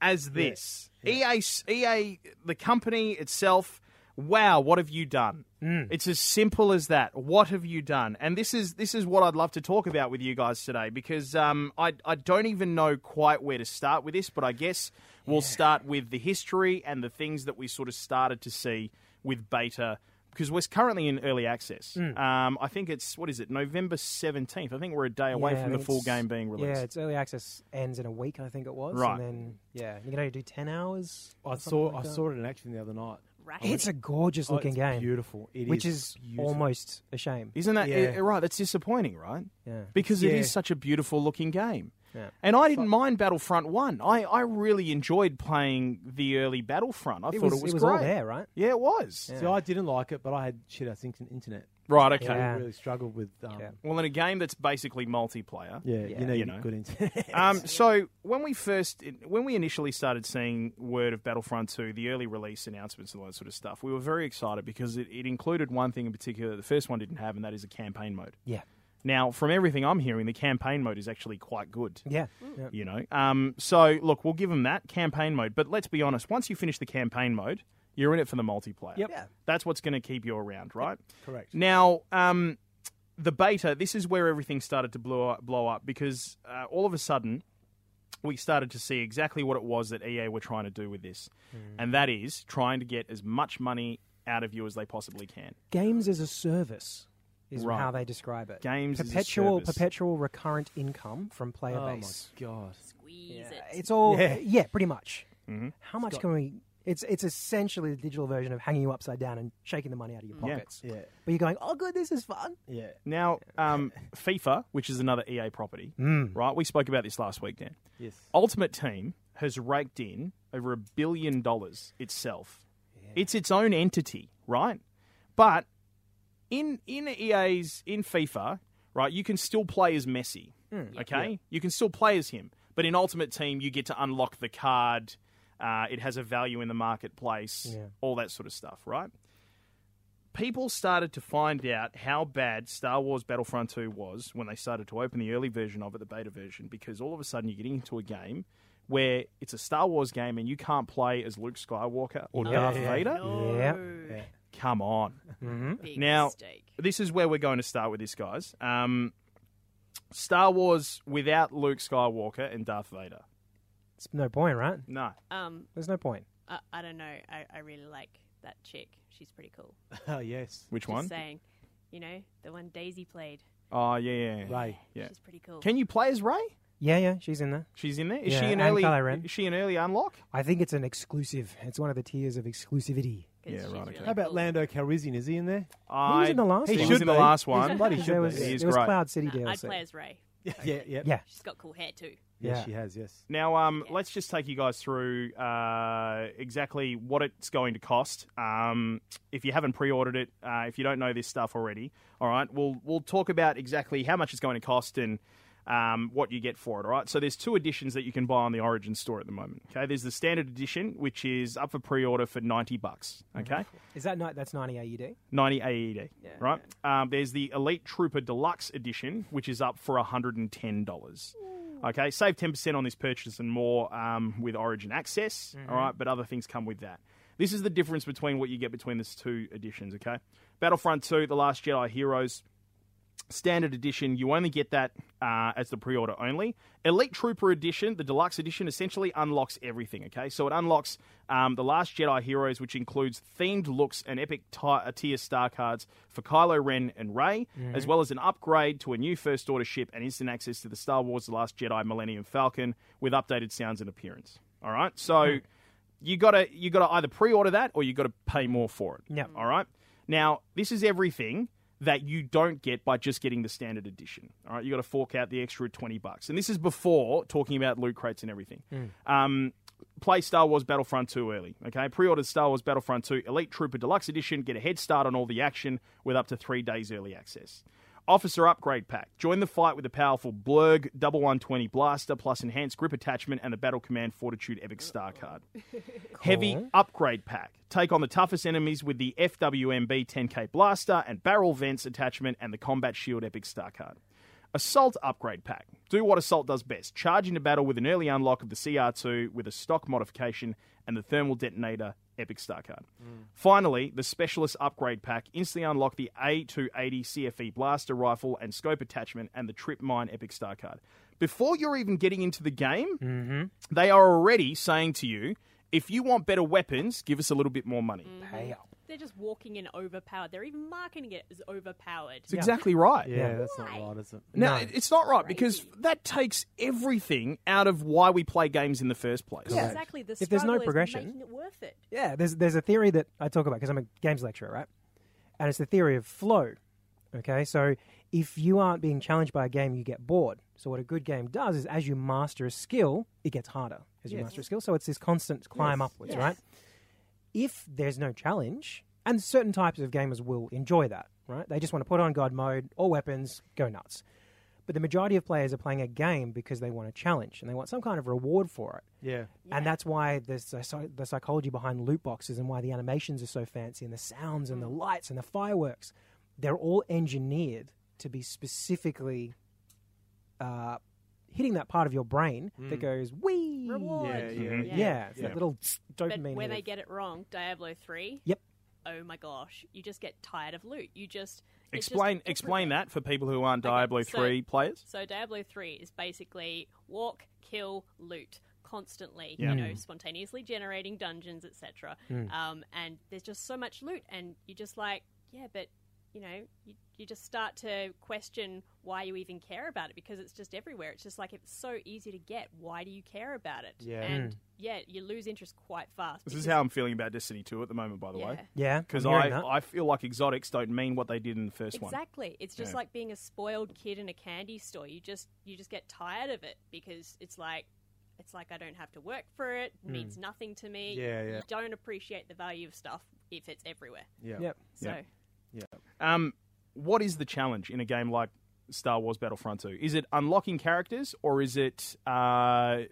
Speaker 2: as this. E EA, EA, the company itself, wow, what have you done?
Speaker 6: Mm.
Speaker 2: It's as simple as that. What have you done? And this is this is what I'd love to talk about with you guys today because um, I, I don't even know quite where to start with this, but I guess we'll start with the history and the things that we sort of started to see with beta because we're currently in early access.
Speaker 6: Mm.
Speaker 2: Um, I think it's, what is it, November 17th? I think we're a day away
Speaker 6: Yeah, I
Speaker 2: from the
Speaker 6: think
Speaker 2: full
Speaker 6: it's-
Speaker 2: game being released.
Speaker 6: Yeah, it's early access ends in a week, I think it was.
Speaker 2: Right. Oh,
Speaker 6: And then yeah, you can only do ten hours.
Speaker 1: I
Speaker 6: or something
Speaker 1: saw
Speaker 6: like
Speaker 1: I
Speaker 6: that.
Speaker 1: saw it in action the other night.
Speaker 5: Ratchet.
Speaker 6: It's a gorgeous
Speaker 1: Oh,
Speaker 6: looking
Speaker 1: it's
Speaker 6: game,
Speaker 1: Beautiful. It is
Speaker 6: which is
Speaker 1: beautiful.
Speaker 6: almost a shame.
Speaker 2: Isn't that
Speaker 1: Yeah.
Speaker 2: eh, right? That's disappointing, right?
Speaker 6: Yeah.
Speaker 2: Because it
Speaker 1: Yeah.
Speaker 2: is such a beautiful looking game.
Speaker 6: Yeah.
Speaker 2: And I didn't mind Battlefront 1. I, I really enjoyed playing the early Battlefront. I
Speaker 6: It
Speaker 2: thought
Speaker 6: was,
Speaker 2: it was
Speaker 6: it was
Speaker 2: great.
Speaker 6: all there, right?
Speaker 2: Yeah, it was.
Speaker 1: See, I didn't like it, but I had shit ass in- internet.
Speaker 2: Right, okay.
Speaker 1: I
Speaker 6: Yeah.
Speaker 1: really struggled with. Um, yeah.
Speaker 6: Yeah.
Speaker 2: Well, in a game that's basically multiplayer.
Speaker 1: you know,
Speaker 2: You
Speaker 1: you
Speaker 2: know.
Speaker 1: know. good internet.
Speaker 2: Um, so when we first, when we initially started seeing word of Battlefront 2, the early release announcements and all that sort of stuff, we were very excited because it, it included one thing in particular that the first one didn't have, and that is a campaign mode.
Speaker 6: Yeah.
Speaker 2: Now, from everything I'm hearing, the campaign mode is actually quite good.
Speaker 6: Yeah. yeah.
Speaker 2: You know, um, so look, we'll give them that campaign mode. But let's be honest, once you finish the campaign mode, you're in it for the multiplayer.
Speaker 6: Yep. Yeah.
Speaker 2: That's what's going to keep you around, right?
Speaker 1: Correct.
Speaker 2: Now, um, the beta, this is where everything started to blow up, blow up because uh, all of a sudden we started to see exactly what it was that EA were trying to do with this,
Speaker 6: Hmm.
Speaker 2: and that is trying to get as much money out of you as they possibly can.
Speaker 6: Games as a service is
Speaker 2: Right.
Speaker 6: how they describe it.
Speaker 2: Games as a
Speaker 6: perpetual
Speaker 2: service.
Speaker 6: perpetual recurrent income from player
Speaker 1: (laughs) oh my
Speaker 6: base.
Speaker 1: god.
Speaker 5: Squeeze it.
Speaker 6: It's all
Speaker 1: Yeah. Mm-hmm.
Speaker 6: yeah, pretty much. How much can we It's it's essentially the digital version of hanging you upside down and shaking the money out of your
Speaker 2: Yeah.
Speaker 6: pockets.
Speaker 1: Yeah.
Speaker 6: But you're going, oh, good, this is fun.
Speaker 1: Yeah.
Speaker 2: Now, um, (laughs) FIFA, which is another EA property,
Speaker 6: Hmm.
Speaker 2: right? We spoke about this last week, Dan.
Speaker 1: Yes.
Speaker 2: Ultimate Team has raked in over a billion dollars itself. It's its own entity, right? But in in EA's in FIFA, right, you can still play as Messi.
Speaker 6: Hmm.
Speaker 2: Okay, you can still play as him, but in Ultimate Team, you get to unlock the card. Uh, it has a value in the marketplace,
Speaker 6: Yeah.
Speaker 2: all that sort of stuff, right? people started to find out how bad Star Wars Battlefront 2 was when they started to open the early version of it, the beta version, because all of a sudden you're getting into a game where it's a Star Wars game and you can't play as Luke Skywalker or Darth Vader.
Speaker 5: Oh, No.
Speaker 6: Yeah.
Speaker 2: Come on.
Speaker 1: Mm-hmm.
Speaker 5: Big
Speaker 2: Now-
Speaker 5: mistake.
Speaker 2: This is where we're going to start with this, guys. Um, Star Wars without Luke Skywalker and Darth Vader.
Speaker 6: It's no point, right?
Speaker 2: No.
Speaker 5: Um,
Speaker 6: There's no point.
Speaker 5: I, I don't know. I, I really like that chick. She's pretty cool.
Speaker 1: (laughs) Oh, yes.
Speaker 2: Which
Speaker 5: Just
Speaker 2: one?
Speaker 5: saying, you know, the one Daisy played.
Speaker 2: Oh, yeah, yeah. yeah.
Speaker 1: Ray.
Speaker 2: Yeah.
Speaker 5: She's pretty cool.
Speaker 2: Can you play as Ray?
Speaker 6: Yeah, yeah, she's in there.
Speaker 2: She's in there. Is
Speaker 6: Yeah,
Speaker 2: she an
Speaker 6: and
Speaker 2: early?
Speaker 6: Kylo Ren.
Speaker 2: Is she an early unlock?
Speaker 6: I think it's an exclusive. It's one of the tiers of exclusivity.
Speaker 5: 'Cause
Speaker 2: Yeah,
Speaker 5: she's
Speaker 2: right, okay.
Speaker 5: really
Speaker 1: How about
Speaker 5: cool.
Speaker 1: Lando Calrissian? Is he in there?
Speaker 6: He was in the last
Speaker 2: He,
Speaker 6: one.
Speaker 2: was in the
Speaker 1: be.
Speaker 2: last
Speaker 1: He
Speaker 2: one.
Speaker 1: bloody should
Speaker 6: There
Speaker 1: be.
Speaker 6: was,
Speaker 2: He is
Speaker 6: there was
Speaker 2: great.
Speaker 6: Cloud City
Speaker 5: Nah, I'd
Speaker 6: DLC.
Speaker 5: play as Ray.
Speaker 1: (laughs) Yeah, yeah.
Speaker 6: yeah.
Speaker 5: She's got cool hair too.
Speaker 1: Yeah,
Speaker 6: Yeah.
Speaker 1: she has, yes.
Speaker 2: Now, um, let's just take you guys through uh, exactly what it's going to cost. Um, if you haven't pre-ordered it, uh, if you don't know this stuff already, all right, we'll we'll talk about exactly how much it's going to cost and um, what you get for it. All right, so there's two editions that you can buy on the Origin store at the moment. Okay, there's the standard edition, which is up for pre-order for ninety bucks. Okay,
Speaker 6: Is that night? That's 90 AUD.
Speaker 5: Mm-hmm.
Speaker 2: 90 AED, E right? Um, there's the Elite Trooper Deluxe Edition, which is up for $110. Okay, save 10% on this purchase and more um, with Origin Access, all right? But other things come with that. This is the difference between what you get between these two editions, okay? Battlefront 2, The Last Jedi Heroes, Standard Edition, you only get that uh, as the pre order only. Elite Trooper Edition, the Deluxe Edition, essentially unlocks everything, okay? So it unlocks um, The Last Jedi Heroes, which includes themed looks and epic ti- uh, tier star cards for Kylo Ren and Rey, as well as an upgrade to a new First Order ship and instant access to the Star Wars The Last Jedi Millennium Falcon with updated sounds and appearance, all right? So. You gotta you gotta either pre-order that or you gotta pay more for it.
Speaker 6: Yep.
Speaker 2: All right. Now, this is everything that you don't get by just getting the standard edition. All right, you got to fork out the extra twenty bucks, and this is before talking about loot crates and everything. Um, play Star Wars Battlefront 2 early, okay? Pre-order Star Wars Battlefront 2 Elite Trooper Deluxe Edition. Get a head start on all the action with up to three days early access. Officer Upgrade Pack. Join the fight with the powerful Blurg Double 120 Blaster plus Enhanced Grip Attachment and the Battle Command Fortitude Epic Star Card. Heavy Upgrade Pack. Take on the toughest enemies with the FWMB 10K Blaster and Barrel Vents Attachment and the Combat Shield Epic Star Card. Assault Upgrade Pack. Do what Assault does best. Charge into battle with an early unlock of the CR2 with a stock modification and the Thermal Detonator Epic Star Card. Finally, the Specialist Upgrade Pack. Instantly unlock the A280 CFE E Blaster Rifle and Scope Attachment and the Trip Mine Epic Star Card. Before you're even getting into the game, they are already saying to you, if you want better weapons, give us a little bit more money.
Speaker 5: Mm.
Speaker 6: Pay up.
Speaker 5: They're just walking in overpowered. They're even marketing it as overpowered.
Speaker 2: It's exactly right.
Speaker 1: Yeah, that's not
Speaker 5: Why?
Speaker 1: right, is it?
Speaker 2: Now, it- it's not right because that takes everything out of why we play games in the first place.
Speaker 5: Yeah, exactly. The
Speaker 6: If there's no
Speaker 5: struggle is
Speaker 6: progression-
Speaker 5: making it worth it.
Speaker 6: Yeah, there's there's a theory that I talk about because I'm a games lecturer, right? And it's the theory of flow. Okay, so if you aren't being challenged by a game, you get bored. So what a good game does is, as you master a skill, it gets harder as you master a skill. So it's this constant climb upwards, right? If there's no challenge, and certain types of gamers will enjoy that, right? They just want to put on god mode, all weapons, go nuts. But the majority of players are playing a game because they want a challenge and they want some kind of reward for it.
Speaker 1: Yeah.
Speaker 6: And that's why there's the psy- the psychology behind loot boxes and why the animations are so fancy and the sounds and the
Speaker 5: Mm.
Speaker 6: lights and the fireworks. They're all engineered to be specifically uh, hitting that part of your brain that goes, wee!
Speaker 5: Mm. Reward.
Speaker 1: Yeah, yeah.
Speaker 6: Mm-hmm. Yeah, it's
Speaker 2: Yeah.
Speaker 6: that little
Speaker 5: But
Speaker 6: dopamine.
Speaker 5: when
Speaker 6: hit
Speaker 5: they
Speaker 6: of-
Speaker 5: get it wrong, Diablo 3.
Speaker 6: Yep.
Speaker 5: Oh my gosh. You just get tired of loot. You just. it just
Speaker 2: Explain explain
Speaker 5: deprivates-
Speaker 2: that for people who aren't Diablo
Speaker 5: so-
Speaker 2: 3 players.
Speaker 5: So Diablo 3 is basically walk, kill, loot constantly,
Speaker 2: Yeah. Hmm.
Speaker 5: you know, spontaneously generating dungeons, etc. Um, and there's just so much loot, and you're just like, yeah, but you know, you, you just start to question why you even care about it because it's just everywhere. It's just like it's so easy to get. Why do you care about it?
Speaker 2: Yeah.
Speaker 5: And
Speaker 2: Mm.
Speaker 5: yeah, you lose interest quite fast.
Speaker 2: This
Speaker 5: because-
Speaker 2: is how I'm feeling about Destiny 2 at the moment, by the way.
Speaker 6: Yeah, I'm
Speaker 2: Because
Speaker 6: hearing
Speaker 2: I,
Speaker 6: that.
Speaker 2: I feel like exotics don't mean what they did in the first one.
Speaker 5: Exactly. It's just
Speaker 2: Yeah.
Speaker 5: like being a spoiled kid in a candy store. You just you just get tired of it because it's like it's like I don't have to work for it.
Speaker 2: Mm.
Speaker 5: Means nothing to me.
Speaker 2: Yeah, yeah.
Speaker 5: You don't appreciate the value of stuff if it's everywhere.
Speaker 2: Yeah.
Speaker 6: Yep.
Speaker 5: So
Speaker 2: Yeah. Um, what is the challenge in a game like Star Wars Battlefront 2? Is it unlocking characters or is it uh,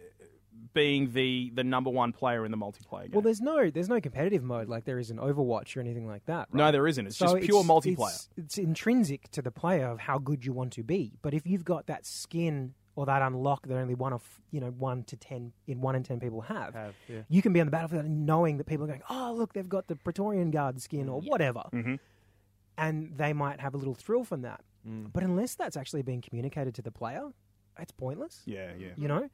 Speaker 2: being the, the number one player in the multiplayer game?
Speaker 6: Well, there's no there's no competitive mode like there is an Overwatch or anything like that.
Speaker 2: No,
Speaker 6: right?
Speaker 2: there isn't. It's just pure multiplayer.
Speaker 6: It's, it's intrinsic to the player of how good you want to be. But if you've got that skin or that unlock that only one of you know one to ten in one in ten people have,
Speaker 1: Have, yeah.
Speaker 6: you can be on the battlefield and knowing that people are going, oh look, they've got the Praetorian Guard skin or
Speaker 2: Mm.
Speaker 6: whatever,
Speaker 2: Mm-hmm.
Speaker 6: and they might have a little thrill from that.
Speaker 1: Mm,
Speaker 6: But unless that's actually being communicated to the player, it's pointless
Speaker 2: yeah, yeah.
Speaker 6: you know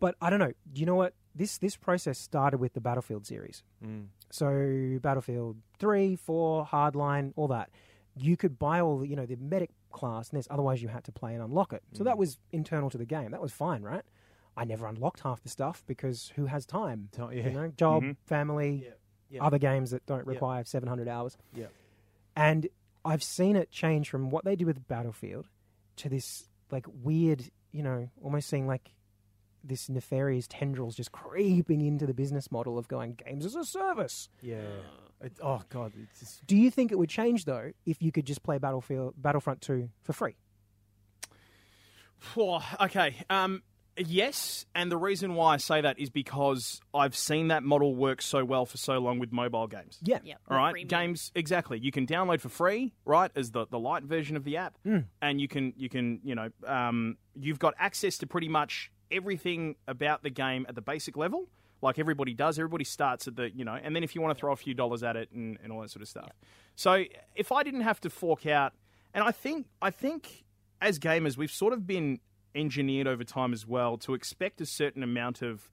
Speaker 6: but i don't know you know what this this process started with the battlefield series
Speaker 1: mm.
Speaker 6: so battlefield 3 4 hardline all that you could buy all the you know the medic class and this otherwise you had to play and unlock it so that was internal to the game that was fine right i never unlocked half the stuff because who has time
Speaker 1: Ti- yeah.
Speaker 6: you know job family
Speaker 1: Yeah.
Speaker 6: other games that don't require 700 hours
Speaker 1: Yeah.
Speaker 6: and I've seen it change from what they did with Battlefield to this like weird, you know, almost seeing like this nefarious tendrils just creeping into the business model of going games as a service.
Speaker 1: Yeah. It, oh god, (gasps) it's just
Speaker 6: Do you think it would change though if you could just play Battlefield Battlefront 2 for free?
Speaker 2: Phew, okay. Um, yes, and the reason why I say that is because I've seen that model work so well for so long with mobile games.
Speaker 6: Yeah.
Speaker 5: Yep.
Speaker 2: All right,
Speaker 5: Freemium.
Speaker 2: games exactly. You can download for free, right, as the the light version of the app, and you can you can you know um, you've got access to pretty much everything about the game at the basic level. Like everybody does, everybody starts at the you know, and then if you want to throw a few dollars at it and, and all that sort of stuff. So if I didn't have to fork out, and I think I think as gamers we've sort of been engineered over time as well to expect a certain amount of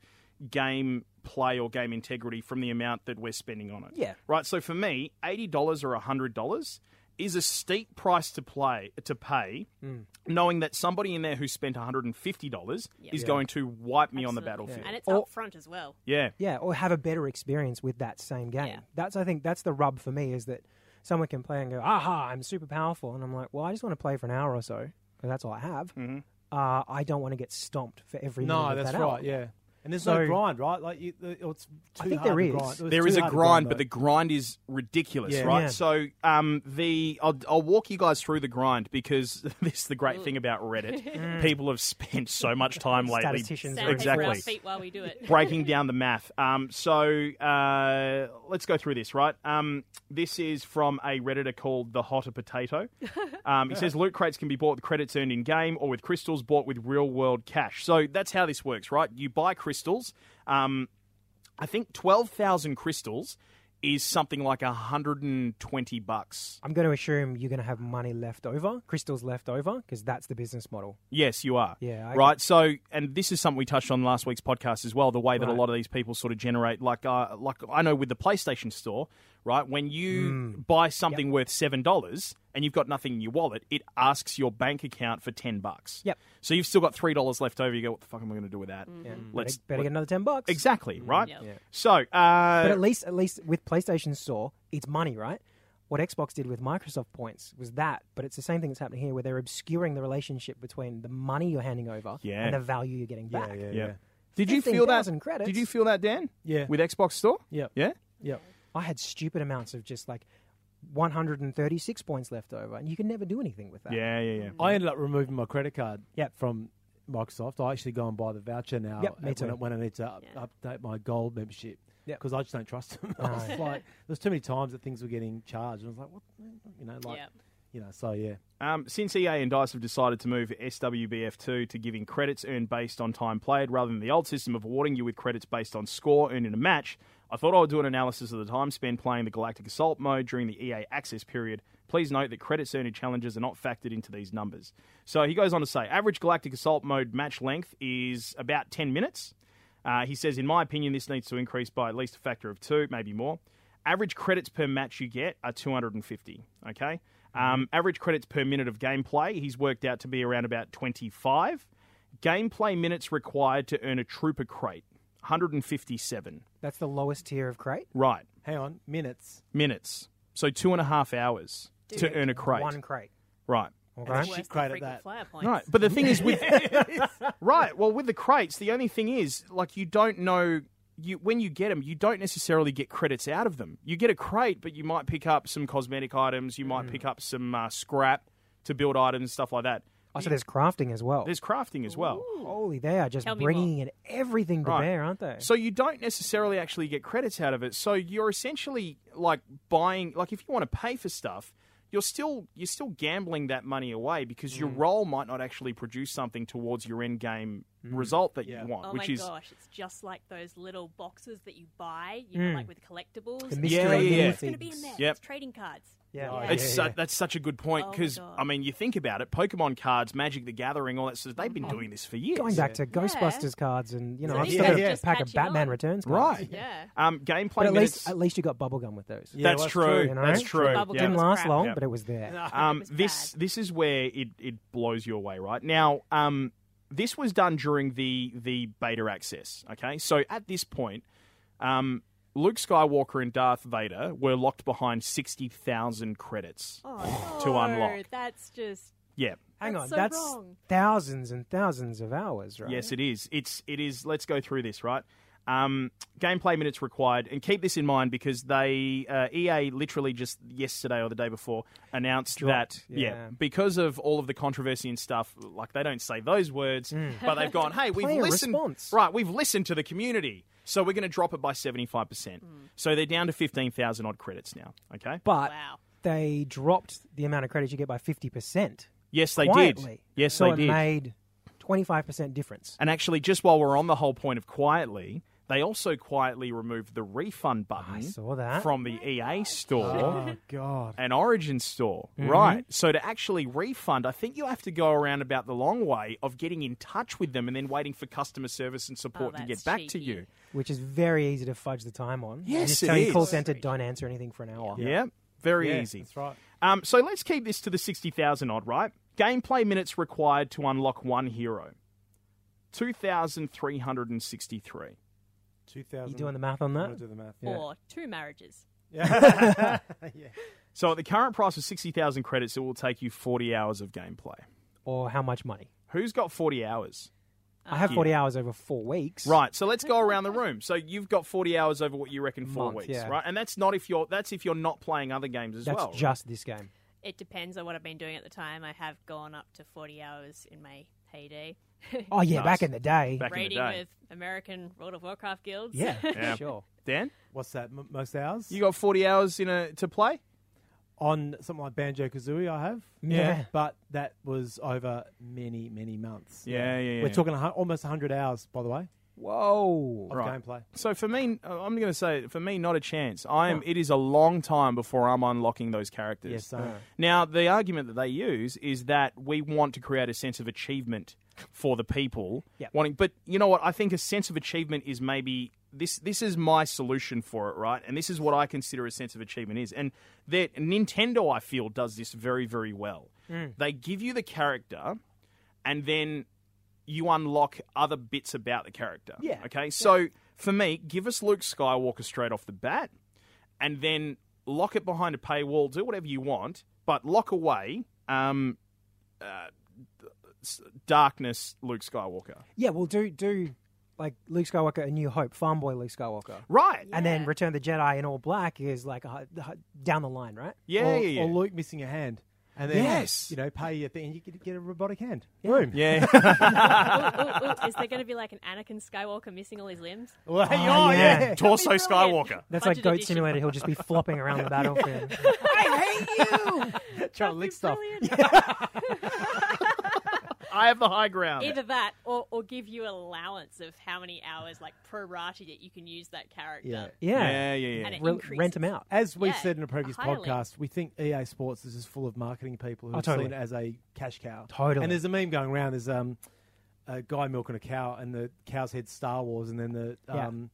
Speaker 2: game play or game integrity from the amount that we're spending on it
Speaker 6: Yeah.
Speaker 2: right? So for me, eighty dollars or hundred dollars is a steep price to play to pay,
Speaker 6: Mm.
Speaker 2: knowing that somebody in there who spent one hundred and fifty dollars is going to wipe me on the
Speaker 5: Absolutely.
Speaker 2: battlefield.
Speaker 5: and it's
Speaker 6: Or-
Speaker 5: up front as well.
Speaker 2: Yeah,
Speaker 6: Yeah, or have a better experience with that same game.
Speaker 5: Yeah.
Speaker 6: That's I think that's the rub for me is that someone can play and go, "Aha, I'm super powerful," and I'm like, "Well, I just want to play for an hour or so 'cause that's all I have." Uh, I don't want to get stomped for every minute
Speaker 1: Mm-hmm. No,
Speaker 6: of
Speaker 1: that's
Speaker 6: that hour.
Speaker 1: right. Yeah, and there's
Speaker 6: So-
Speaker 1: no grind, right? Like you, the, it's too
Speaker 6: think
Speaker 1: hard
Speaker 6: there
Speaker 1: to
Speaker 6: is.
Speaker 1: grind. It was
Speaker 2: there
Speaker 1: too
Speaker 2: is a
Speaker 1: hard to
Speaker 2: grind, but
Speaker 1: though.
Speaker 2: the grind is ridiculous,
Speaker 1: Yeah.
Speaker 2: right?
Speaker 6: Yeah.
Speaker 2: So um, the I'll, I'll walk you guys through the grind because (laughs) this is the great thing about
Speaker 6: (laughs)
Speaker 2: Reddit. People have spent so much time lately,
Speaker 6: Statisticians are
Speaker 5: Sandpaper our
Speaker 2: exactly.
Speaker 5: feet while we do it.
Speaker 2: breaking down the math. Um, so uh, let's go through this, right? Um, this is from a Redditor called The Hotter Potato. Um, he says loot crates can be bought with credits earned in game or with crystals bought with real world cash. So that's how this works, right? You buy crystals. Um, I think 12,000 crystals is something like 120 bucks.
Speaker 6: I'm going to assume you're going to have money left over, crystals left over, because that's the business model.
Speaker 2: Yes, you are.
Speaker 6: Yeah, I-
Speaker 2: right. So, and this is something we touched on last week's podcast as well. The way that a
Speaker 6: Right.
Speaker 2: lot of these people sort of generate, like, uh, like I know with the PlayStation Store, right? When you
Speaker 6: Mm.
Speaker 2: buy something worth seven dollars and you've got nothing in your wallet, it asks your bank account for ten bucks.
Speaker 6: Yep. Mm-hmm.
Speaker 2: So you've still got three dollars left over. You go, what the fuck am I going to do with that? Let's
Speaker 6: better, better get another ten bucks.
Speaker 2: exactly right.
Speaker 5: Yep. Yeah.
Speaker 2: So, uh,
Speaker 6: But at least, at least with PlayStation Store, it's money, right? What Xbox did with Microsoft points was that, but it's the same thing that's happening here, where they're obscuring the relationship between the money you're handing over
Speaker 2: Yeah.
Speaker 6: and the value you're getting back.
Speaker 1: Yeah, yeah,
Speaker 2: yeah.
Speaker 1: yeah.
Speaker 2: Did you feel that?
Speaker 6: 15,000 credits.
Speaker 2: Did you feel that, Dan?
Speaker 1: Yeah.
Speaker 2: With Xbox Store.
Speaker 1: Yep.
Speaker 2: Yeah.
Speaker 1: Yep.
Speaker 6: I had stupid amounts of just like 136 points left over, and you can never do anything with that.
Speaker 2: Yeah. Yeah. Yeah.
Speaker 1: I ended up removing my credit card
Speaker 6: Yep.
Speaker 1: from Microsoft. I actually go and buy the voucher now
Speaker 6: Yep, me
Speaker 1: when, I,
Speaker 6: too.
Speaker 1: when I need to up,
Speaker 5: Yeah.
Speaker 1: update my gold membership
Speaker 6: Yep.
Speaker 1: because I just don't trust them. (laughs) I was like, there's too many times that things were getting charged, and I was like, what? You know, like,
Speaker 5: Yep.
Speaker 1: you know, so yeah,
Speaker 2: Um, since EA and DICE have decided to move SWBF2 to giving credits earned based on time played rather than the old system of awarding you with credits based on score earned in a match, I thought I would do an analysis of the time spent playing the Galactic Assault mode during the EA access period. Please note that credits earned in challenges are not factored into these numbers. So he goes on to say average Galactic Assault mode match length is about 10 minutes. Uh, he says, in my opinion, this needs to increase by at least a factor of two, maybe more. Average credits per match you get are 250. Okay, Um, average credits per minute of gameplay, he's worked out to be around about 25. Gameplay minutes required to earn a trooper crate, 157.
Speaker 6: That's the lowest tier of crate.
Speaker 2: Right,
Speaker 1: Hang on, minutes.
Speaker 2: minutes. So two and a half hours to earn a crate.
Speaker 6: One crate.
Speaker 2: Right.
Speaker 6: Okay. Oh,
Speaker 1: Shit crate
Speaker 5: Worse
Speaker 1: at
Speaker 5: than frequent
Speaker 1: that.
Speaker 5: flyer points.
Speaker 2: Right, but the thing is with right, well, with the crates, the only thing is like you don't know you when you get them, you don't necessarily get credits out of them. You get a crate, but you might pick up some cosmetic items, you might pick up some uh, scrap to build items, stuff like that.
Speaker 6: Oh, so there's crafting as well.
Speaker 2: There's crafting as well.
Speaker 6: Holy, they are just
Speaker 5: Tell me
Speaker 6: bringing in everything to
Speaker 2: Right.
Speaker 6: bear, aren't they?
Speaker 2: So you don't necessarily actually get credits out of it. So you're essentially like buying like if you want to pay for stuff, you're still you're still gambling that money away because
Speaker 6: Mm.
Speaker 2: your role might not actually produce something towards your end game
Speaker 6: Mm.
Speaker 2: result that
Speaker 1: Yeah.
Speaker 2: you want,
Speaker 5: Oh
Speaker 2: which
Speaker 5: my
Speaker 2: is
Speaker 5: gosh, it's just like those little boxes that you buy, you
Speaker 2: Hmm.
Speaker 5: know, like with collectibles.
Speaker 6: The
Speaker 5: It's
Speaker 6: mystery
Speaker 2: Yeah, yeah, yeah.
Speaker 5: going to be in there.
Speaker 2: Yep.
Speaker 5: It's trading cards.
Speaker 6: Yeah.
Speaker 1: Yeah.
Speaker 2: It's
Speaker 6: yeah,
Speaker 2: su- that's such a good point
Speaker 5: Oh my
Speaker 2: because
Speaker 5: God.
Speaker 2: I mean, you think about it: Pokemon cards, Magic the Gathering, all that stuff. They've
Speaker 5: Mm.
Speaker 2: been doing this for years.
Speaker 6: Going back to Ghostbusters cards and, you know,
Speaker 5: So
Speaker 6: I've
Speaker 5: these
Speaker 6: still
Speaker 1: guys
Speaker 6: got
Speaker 1: are
Speaker 6: a
Speaker 5: just
Speaker 6: pack of
Speaker 5: catching
Speaker 6: Batman
Speaker 5: on.
Speaker 6: Returns cards.
Speaker 2: right?
Speaker 5: Yeah.
Speaker 2: um, gameplay
Speaker 6: But at
Speaker 2: minutes.
Speaker 6: least, at least you got bubblegum with those.
Speaker 1: Yeah,
Speaker 2: that's,
Speaker 1: that's
Speaker 2: true.
Speaker 6: true, you know?
Speaker 2: That's true.
Speaker 5: Bubblegum
Speaker 2: yeah.
Speaker 6: Didn't last
Speaker 5: crap.
Speaker 6: long,
Speaker 2: Yeah.
Speaker 6: but it was there.
Speaker 2: Um,
Speaker 5: was
Speaker 2: this this is where it, it blows you away, right? Now, um, this was done during the the beta access. Okay, so at this point, um, Luke Skywalker and Darth Vader were locked behind sixty thousand credits.
Speaker 5: Oh,
Speaker 2: (laughs) To
Speaker 5: no,
Speaker 2: unlock.
Speaker 5: That's just.
Speaker 2: Yeah,
Speaker 6: Hang
Speaker 5: That's
Speaker 6: on,
Speaker 5: so
Speaker 6: that's
Speaker 5: wrong.
Speaker 6: thousands and thousands of hours, right?
Speaker 2: Yes, it is. It's it is. Let's go through this right. Um, gameplay minutes required, and keep this in mind because they uh, EA literally just yesterday or the day before announced that yeah.
Speaker 6: yeah.
Speaker 2: because of all of the controversy and stuff, like they don't say those words, but they've gone, hey, we've
Speaker 6: Hmm. Player
Speaker 2: listened,
Speaker 6: response.
Speaker 2: right? We've listened to the community, so we're going to drop it by seventy five percent.
Speaker 6: Hmm.
Speaker 2: So they're down to fifteen thousand odd credits now. Okay,
Speaker 6: But
Speaker 5: Wow. Oh,
Speaker 6: they dropped the amount of credits you get by 50%.
Speaker 2: yes, they did.
Speaker 6: quietly.
Speaker 2: Yes,
Speaker 6: so
Speaker 2: they did.
Speaker 6: it made 25% difference.
Speaker 2: And actually, just while we're on the whole point of quietly, they also quietly removed the refund button
Speaker 6: I saw that.
Speaker 2: from the EA store
Speaker 1: (laughs) Oh God.
Speaker 2: and Origin store.
Speaker 6: Mm-hmm.
Speaker 2: Right. So to actually refund, I think you have to go around about the long way of getting in touch with them and then waiting for customer service and support to get
Speaker 5: Oh, that's
Speaker 2: back to
Speaker 5: cheeky.
Speaker 2: you.
Speaker 6: which is very easy to fudge the time on. You
Speaker 2: Yes,
Speaker 6: just
Speaker 2: it
Speaker 6: tell your call
Speaker 2: is.
Speaker 6: center don't answer anything for an hour.
Speaker 2: Yeah. Very
Speaker 1: Yeah,
Speaker 2: easy.
Speaker 1: That's right.
Speaker 2: Um, so let's keep this to the 60,000 odd, right? Gameplay minutes required to unlock one hero 2,363.
Speaker 1: Two thousand.
Speaker 6: You doing the math on that?
Speaker 1: do the math.
Speaker 5: Or two marriages.
Speaker 1: (laughs)
Speaker 2: So at the current price of 60,000 credits, it will take you 40 hours of gameplay.
Speaker 6: Or how much money?
Speaker 2: Who's got 40 hours?
Speaker 6: I
Speaker 5: Uh-huh. Um,
Speaker 6: have 40 hours over four weeks.
Speaker 2: Right, so let's go around the room. So you've got 40 hours over what you reckon 4
Speaker 6: Month,
Speaker 2: weeks,
Speaker 6: yeah.
Speaker 2: right? And that's not if you're that's if you're not playing other games as
Speaker 6: That's
Speaker 2: well.
Speaker 6: just this game.
Speaker 5: It depends on what I've been doing at the time. I have gone up to 40 hours in my heyday. (laughs)
Speaker 6: Oh, yeah,
Speaker 2: Nice.
Speaker 6: back in the day.
Speaker 1: (laughs)
Speaker 2: Back in the
Speaker 5: Raiding
Speaker 2: day.
Speaker 5: with American World of Warcraft guilds.
Speaker 6: Yeah,
Speaker 2: Yeah.
Speaker 6: sure.
Speaker 2: Dan,
Speaker 1: What's that? M- most hours
Speaker 2: you got 40 hours in a to play?
Speaker 1: on something like Banjo Kazooie. I have.
Speaker 6: Yeah.
Speaker 1: But that was over many, many months.
Speaker 2: Yeah, yeah, yeah.
Speaker 1: We're talking a hun- almost hundred hours, by the way,
Speaker 6: Whoa.
Speaker 1: of
Speaker 2: Right.
Speaker 1: gameplay.
Speaker 2: So for me, uh, I'm going to say for me not a chance. I am it is a long time before I'm unlocking those characters.
Speaker 1: Yes, same.
Speaker 2: Now, the argument that they use is that we want to create a sense of achievement for the people
Speaker 6: Yep.
Speaker 2: wanting but you know what? I think a sense of achievement is maybe this this is my solution for it, right? And this is what I consider a sense of achievement is. And that Nintendo I feel does this very very well. They give you the character and then you unlock other bits about the character.
Speaker 6: Yeah.
Speaker 2: Okay. So for me, give us Luke Skywalker straight off the bat, and then lock it behind a paywall. Do whatever you want, but lock away um, uh, s- darkness, Luke Skywalker.
Speaker 6: Yeah, well, do, do like Luke Skywalker, A New Hope, Farm Boy Luke Skywalker.
Speaker 2: Right.
Speaker 6: And then Return of the Jedi in all black is like uh, uh, down the line, right?
Speaker 2: Yeah.
Speaker 1: or,
Speaker 2: yeah.
Speaker 1: or
Speaker 2: yeah.
Speaker 1: Luke missing a hand, and then
Speaker 2: Yes.
Speaker 1: you know pay a thing, and you get, get a robotic hand. Boom.
Speaker 2: yeah.
Speaker 5: (laughs) (laughs) Ooh, ooh, ooh, Is there going to be like an Anakin Skywalker missing all his limbs?
Speaker 1: Well,
Speaker 6: Oh,
Speaker 2: (laughs)
Speaker 1: yeah.
Speaker 6: yeah.
Speaker 2: Torso
Speaker 5: That'd be brilliant.
Speaker 2: Skywalker.
Speaker 6: That's
Speaker 5: Budget
Speaker 6: like Goat
Speaker 5: edition.
Speaker 6: Simulator.
Speaker 1: (laughs)
Speaker 6: He'll just be flopping around the battlefield.
Speaker 1: (laughs) Trying to lick stuff.
Speaker 5: Brilliant.
Speaker 2: I have the high ground.
Speaker 5: Either that, or, or give you allowance of how many hours, like prorata, that you can use that character.
Speaker 1: Yeah.
Speaker 2: yeah,
Speaker 6: Yeah.
Speaker 2: yeah, (laughs)
Speaker 5: And
Speaker 2: yeah.
Speaker 5: it
Speaker 6: Re-
Speaker 5: increases.
Speaker 6: rent them out.
Speaker 1: As we
Speaker 5: Yeah,
Speaker 1: said in a previous
Speaker 5: highly.
Speaker 1: podcast, we think EA Sports is just full of marketing people who
Speaker 6: Oh,
Speaker 1: have
Speaker 6: totally.
Speaker 1: seen it as a cash cow.
Speaker 6: Totally.
Speaker 1: And there's a meme going around. There's um, a guy milking a cow, and the cow's head Star Wars, and then the
Speaker 6: Yeah.
Speaker 1: um,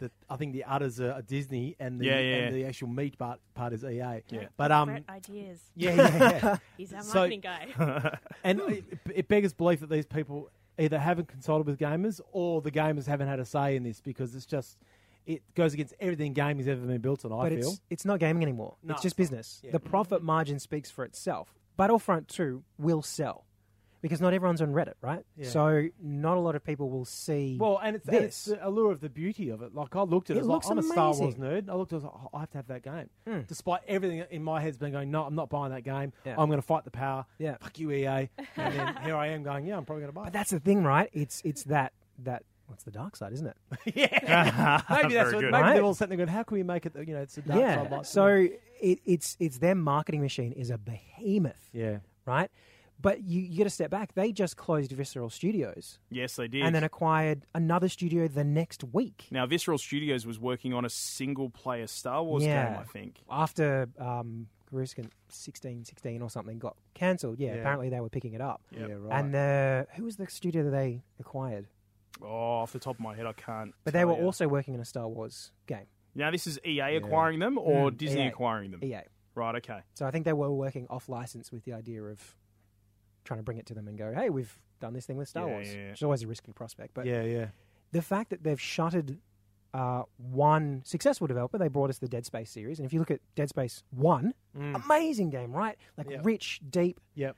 Speaker 1: the I think the udders are, are Disney and the
Speaker 2: Yeah, yeah,
Speaker 1: and
Speaker 2: yeah.
Speaker 1: the actual meat part part is EA.
Speaker 2: Yeah.
Speaker 1: But um,
Speaker 5: Brett ideas.
Speaker 1: (laughs) yeah, yeah, yeah.
Speaker 5: He's our
Speaker 1: So- (laughs)
Speaker 5: marketing guy.
Speaker 1: and it, it beggars belief that these people either haven't consulted with gamers or the gamers haven't had a say in this because it's just it goes against everything gaming's ever been built on. I
Speaker 6: but
Speaker 1: feel
Speaker 6: it's it's not gaming anymore.
Speaker 1: No,
Speaker 6: it's just
Speaker 1: it's not.
Speaker 6: business.
Speaker 1: Yeah.
Speaker 6: The profit margin speaks for itself. Battlefront 2 will sell because not everyone's on Reddit, right?
Speaker 1: Yeah.
Speaker 6: So not a lot of people will see.
Speaker 1: well, and it's, and it's
Speaker 6: This.
Speaker 1: the allure of the beauty of it. Like I looked at it, I
Speaker 6: It
Speaker 1: was like,
Speaker 6: looks
Speaker 1: I'm a Star Wars
Speaker 6: amazing. Hmm.
Speaker 1: nerd. I looked, at it, I was like, oh, I have to have that game, despite everything in my head's been going. No, I'm not buying that game.
Speaker 6: Yeah.
Speaker 1: I'm going to fight the power.
Speaker 6: Yeah.
Speaker 1: fuck you, EA. and
Speaker 6: (laughs)
Speaker 1: then here I am going, yeah, I'm probably going to buy.
Speaker 6: but
Speaker 1: it.
Speaker 6: that's the thing, right? It's it's that that what's the dark side, isn't it?
Speaker 1: (laughs)
Speaker 6: (laughs)
Speaker 1: yeah, maybe that's
Speaker 2: Very
Speaker 1: what,
Speaker 2: good.
Speaker 1: maybe
Speaker 6: Right?
Speaker 1: they're all sitting there going, how can we make it? that, You know, it's a dark side
Speaker 6: yeah.
Speaker 1: light.
Speaker 6: So it, it's it's their marketing machine is a behemoth,
Speaker 1: yeah,
Speaker 6: right? But you, you got to step back. They just closed Visceral Studios
Speaker 2: Yes, they did.
Speaker 6: and then acquired another studio the next week.
Speaker 2: now, Visceral Studios was working on a single player Star Wars
Speaker 6: Yeah.
Speaker 2: game, I think.
Speaker 6: after um, Coruscant sixteen sixteen or something got cancelled. Yeah,
Speaker 1: Yeah.
Speaker 6: apparently they were picking it up.
Speaker 2: Yep.
Speaker 1: yeah, right.
Speaker 6: And uh, the who was the studio that they acquired?
Speaker 2: Oh, off the top of my head, I can't.
Speaker 6: But they
Speaker 2: tell
Speaker 6: were
Speaker 2: you.
Speaker 6: also working on a Star Wars game.
Speaker 2: Now, this is EA acquiring them or
Speaker 6: Mm,
Speaker 2: Disney
Speaker 6: EA.
Speaker 2: acquiring them?
Speaker 6: EA.
Speaker 2: Right, okay.
Speaker 6: So I think they were working off license with the idea of trying to bring it to them and go, "Hey, we've done this thing with Star
Speaker 2: Yeah,
Speaker 6: Wars,"
Speaker 2: yeah, yeah.
Speaker 6: which is always a risky prospect. But
Speaker 1: yeah, yeah. (laughs)
Speaker 6: the fact that they've shuttered uh, one successful developer, they brought us the Dead Space series, and if you look at Dead Space One, amazing game, right? Like
Speaker 1: Yep.
Speaker 6: rich, deep,
Speaker 1: Yep.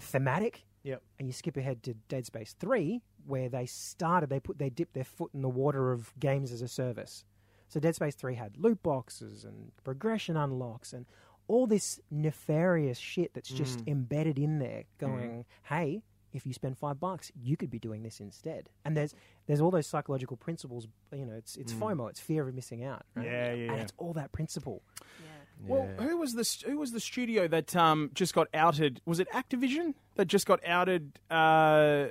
Speaker 6: thematic.
Speaker 1: Yep.
Speaker 6: And you skip ahead to Dead Space 3, where they started, they put, they dipped their foot in the water of games as a service. So Dead Space 3 had loot boxes and progression unlocks and all this nefarious shit
Speaker 2: Hmm.
Speaker 6: that's just embedded in there going, hey, if you spend five bucks, you could be doing this instead. And there's there's all those psychological principles, you know, it's it's FOMO, it's fear of missing out. right?
Speaker 2: Hmm. Yeah, yeah,
Speaker 6: And
Speaker 2: yeah.
Speaker 6: it's all that principle.
Speaker 2: Well, who was the st- who was the studio that um, just got outed? Was it Activision that just got outed? Uh,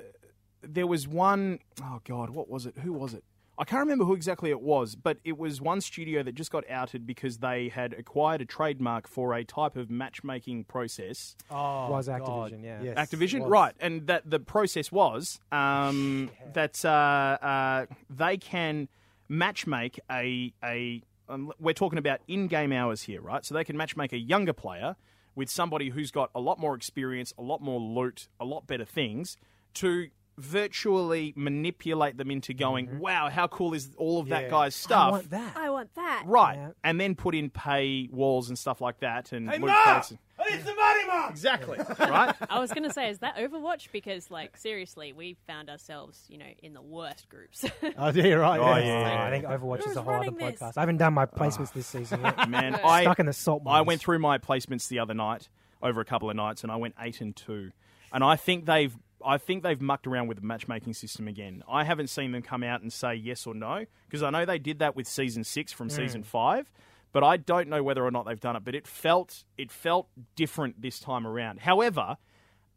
Speaker 2: there was one oh god, what was it? Who was it? I can't remember who exactly it was, but it was one studio that just got outed because they had acquired a trademark for a type of matchmaking process.
Speaker 1: Oh,
Speaker 6: Was
Speaker 1: God.
Speaker 6: Activision, yeah.
Speaker 1: Yes,
Speaker 2: Activision,
Speaker 1: was.
Speaker 2: right? And that the process was um, that uh, uh, they can matchmake a a. Um, we're talking about in-game hours here, right? So they can matchmake a younger player with somebody who's got a lot more experience, a lot more loot, a lot better things to virtually manipulate them into going, "Wow, how cool is all of that
Speaker 1: Yeah.
Speaker 2: guy's
Speaker 6: Mm-hmm. I
Speaker 2: stuff?"
Speaker 6: want that.
Speaker 3: I want that.
Speaker 2: Right,
Speaker 6: Yeah.
Speaker 2: and then put in pay walls and stuff like that, and
Speaker 1: Hey,
Speaker 2: loot
Speaker 1: Ma!
Speaker 2: crates and-
Speaker 1: I need some money, Mark.
Speaker 6: (laughs)
Speaker 2: exactly, right?
Speaker 5: I was going to say, is that Overwatch? Because, like, seriously, we found ourselves, you know, in the worst groups. (laughs)
Speaker 1: Oh, yeah, you're right.
Speaker 2: Oh,
Speaker 1: yeah.
Speaker 2: yeah. Ah.
Speaker 6: I think Overwatch
Speaker 5: Who's
Speaker 6: is a whole other
Speaker 5: running this?
Speaker 6: podcast. I haven't done my placements this season.
Speaker 2: (laughs)
Speaker 6: Yet.
Speaker 2: Man, I
Speaker 6: Stuck in the salt mines.
Speaker 2: I went through my placements the other night over a couple of nights, and I went eight and two, and I think they've I think they've mucked around with the matchmaking system again. I haven't seen them come out and say yes or no because I know they did that with season six from season five, but I don't know whether or not they've done it. But it felt it felt different this time around. However.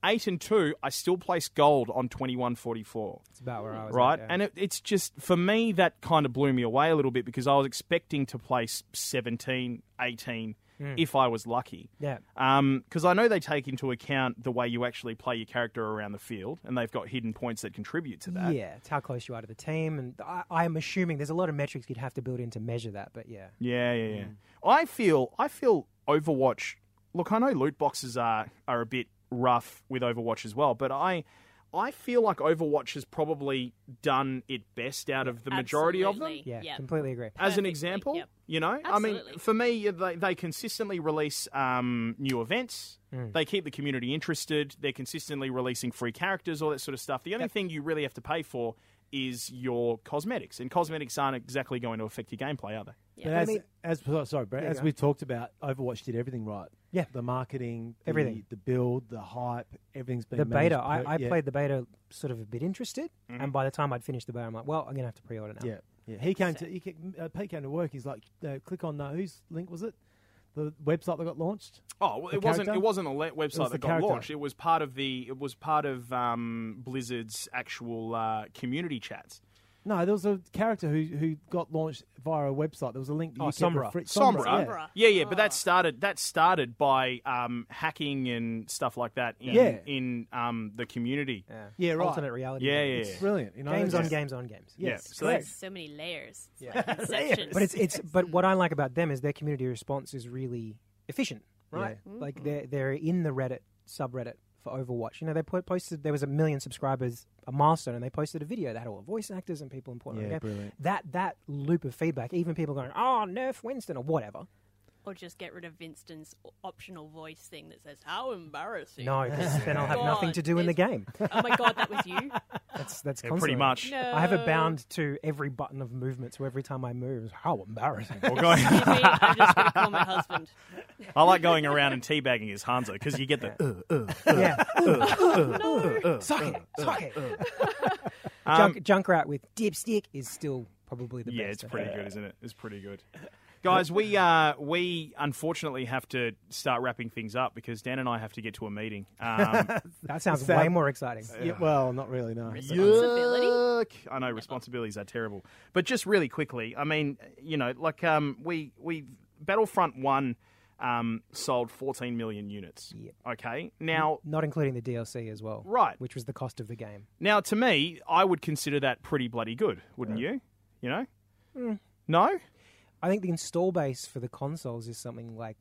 Speaker 2: Eight and two, I still place gold on twenty one forty four
Speaker 6: It's about where I was.
Speaker 2: right?
Speaker 6: at, yeah.
Speaker 2: And it, it's just for me that kind of blew me away a little bit because I was expecting to place 17, 18 if I was lucky.
Speaker 6: Hmm. Yeah.
Speaker 2: Because I know they take into account the way you actually play your character around the field, and they've got hidden points that contribute to that.
Speaker 6: yeah, it's how close you are to the team, and I, I'm assuming there's a lot of metrics you'd have to build in to measure that. But yeah,
Speaker 2: Yeah, yeah, yeah.
Speaker 6: Hmm.
Speaker 2: I feel I feel Overwatch. Look, I know loot boxes are are a bit rough with Overwatch as well, but I I feel like Overwatch has probably done it best out of the majority of them.
Speaker 5: Absolutely.
Speaker 6: yeah,
Speaker 5: Yep.
Speaker 6: completely agree.
Speaker 2: as an
Speaker 5: Perfectly,
Speaker 2: example.
Speaker 5: yep.
Speaker 2: You know, I mean,
Speaker 5: Absolutely.
Speaker 2: for me, they, they consistently release um, new events. They keep the community interested. They're consistently releasing free characters, all that sort of stuff. The only thing you really have to pay for is your cosmetics, and cosmetics aren't exactly going to affect your gameplay, are they?
Speaker 1: But
Speaker 6: I
Speaker 1: as,
Speaker 6: mean-
Speaker 1: as oh, sorry, Brad,
Speaker 6: Yeah,
Speaker 1: as
Speaker 6: go.
Speaker 1: we talked about, Overwatch did everything right.
Speaker 6: Yeah.
Speaker 1: the marketing, the,
Speaker 6: Everything.
Speaker 1: the build, the hype, everything's been
Speaker 6: The
Speaker 1: managed
Speaker 6: beta, I,
Speaker 1: per-
Speaker 6: I
Speaker 1: yeah,
Speaker 6: played the beta sort of a bit interested, and by the time I'd finished the beta, I'm like, well, I'm gonna have to pre-order now.
Speaker 1: Yeah, yeah. He came to he came, uh, Pete came to work. He's like, uh, click on uh, whose link was it? The website that got launched.
Speaker 2: Oh, well,
Speaker 1: The
Speaker 2: it wasn't.
Speaker 1: character?
Speaker 2: It wasn't a le-
Speaker 1: It
Speaker 2: website
Speaker 1: was the
Speaker 2: that got
Speaker 1: character.
Speaker 2: launched. It was part of the. It was part of um, Blizzard's actual uh, community chats.
Speaker 1: No, there was a character who who got launched via a website. There was a link. that
Speaker 6: Oh,
Speaker 1: you kept for
Speaker 6: Sombra.
Speaker 1: free-
Speaker 2: Sombra. Ah.
Speaker 1: yeah.
Speaker 2: Yeah, yeah, but that started that started by um, hacking and stuff like that in
Speaker 1: Yeah.
Speaker 2: in um, the community. Yeah,
Speaker 1: Yeah, right.
Speaker 6: Alternate reality.
Speaker 2: yeah,
Speaker 6: games.
Speaker 2: yeah.
Speaker 1: Brilliant. You know,
Speaker 6: Games
Speaker 1: they're
Speaker 6: on
Speaker 1: just-
Speaker 6: games on games.
Speaker 1: Yes,
Speaker 2: so
Speaker 1: correct.
Speaker 2: that's-
Speaker 5: So many layers. It's
Speaker 6: (laughs)
Speaker 5: like Inception.
Speaker 6: But it's it's but what I like about them is their community response is really efficient, right? Like they're they're in the Reddit subreddit for Overwatch. You know, they po- posted there was a million subscribers, a milestone, and they posted a video that had all the voice actors and people important. on
Speaker 1: Yeah,
Speaker 6: the game.
Speaker 1: brilliant.
Speaker 6: That that loop of feedback, even people going, "Oh, nerf Winston" or whatever.
Speaker 5: or just get rid of Vinston's optional voice thing that says, "How embarrassing!"
Speaker 6: No, 'cause
Speaker 5: (laughs)
Speaker 6: then I'll have nothing
Speaker 5: God,
Speaker 6: to do in the
Speaker 5: there's-
Speaker 6: game.
Speaker 5: Oh my god, that was you.
Speaker 6: That's that's
Speaker 2: Yeah, pretty
Speaker 6: constantly.
Speaker 2: much.
Speaker 5: No.
Speaker 6: I have it bound to every button of movements. Where every time I move, how embarrassing!
Speaker 2: Or going, (laughs)
Speaker 5: Excuse me, I'm just going to call my husband.
Speaker 2: I like going around and teabagging his Hanzo because you get the. uh, "Ugh."
Speaker 6: (laughs) yeah, suck it, suck it. Junk, Junkrat with dipstick is still probably the
Speaker 2: yeah, it's
Speaker 6: best. I
Speaker 2: pretty
Speaker 6: think.
Speaker 2: good, isn't it? It's pretty good. Guys, we uh, we unfortunately have to start wrapping things up because Dan and I have to get to a meeting. Um,
Speaker 6: That sounds
Speaker 1: Sam-
Speaker 6: way more exciting.
Speaker 1: Yeah, well, not really. No.
Speaker 5: Responsibility.
Speaker 2: Yuck. I know responsibilities are terrible, but just really quickly, I mean, you know, like um, we we Battlefront One um, sold 14 million units.
Speaker 6: Yep.
Speaker 2: Okay, now
Speaker 6: Not including the DLC as well,
Speaker 2: Right.
Speaker 6: Which was the cost of the game.
Speaker 2: now to me, I would consider that pretty bloody good, wouldn't you? You know, no,
Speaker 6: I think the install base for the consoles is something like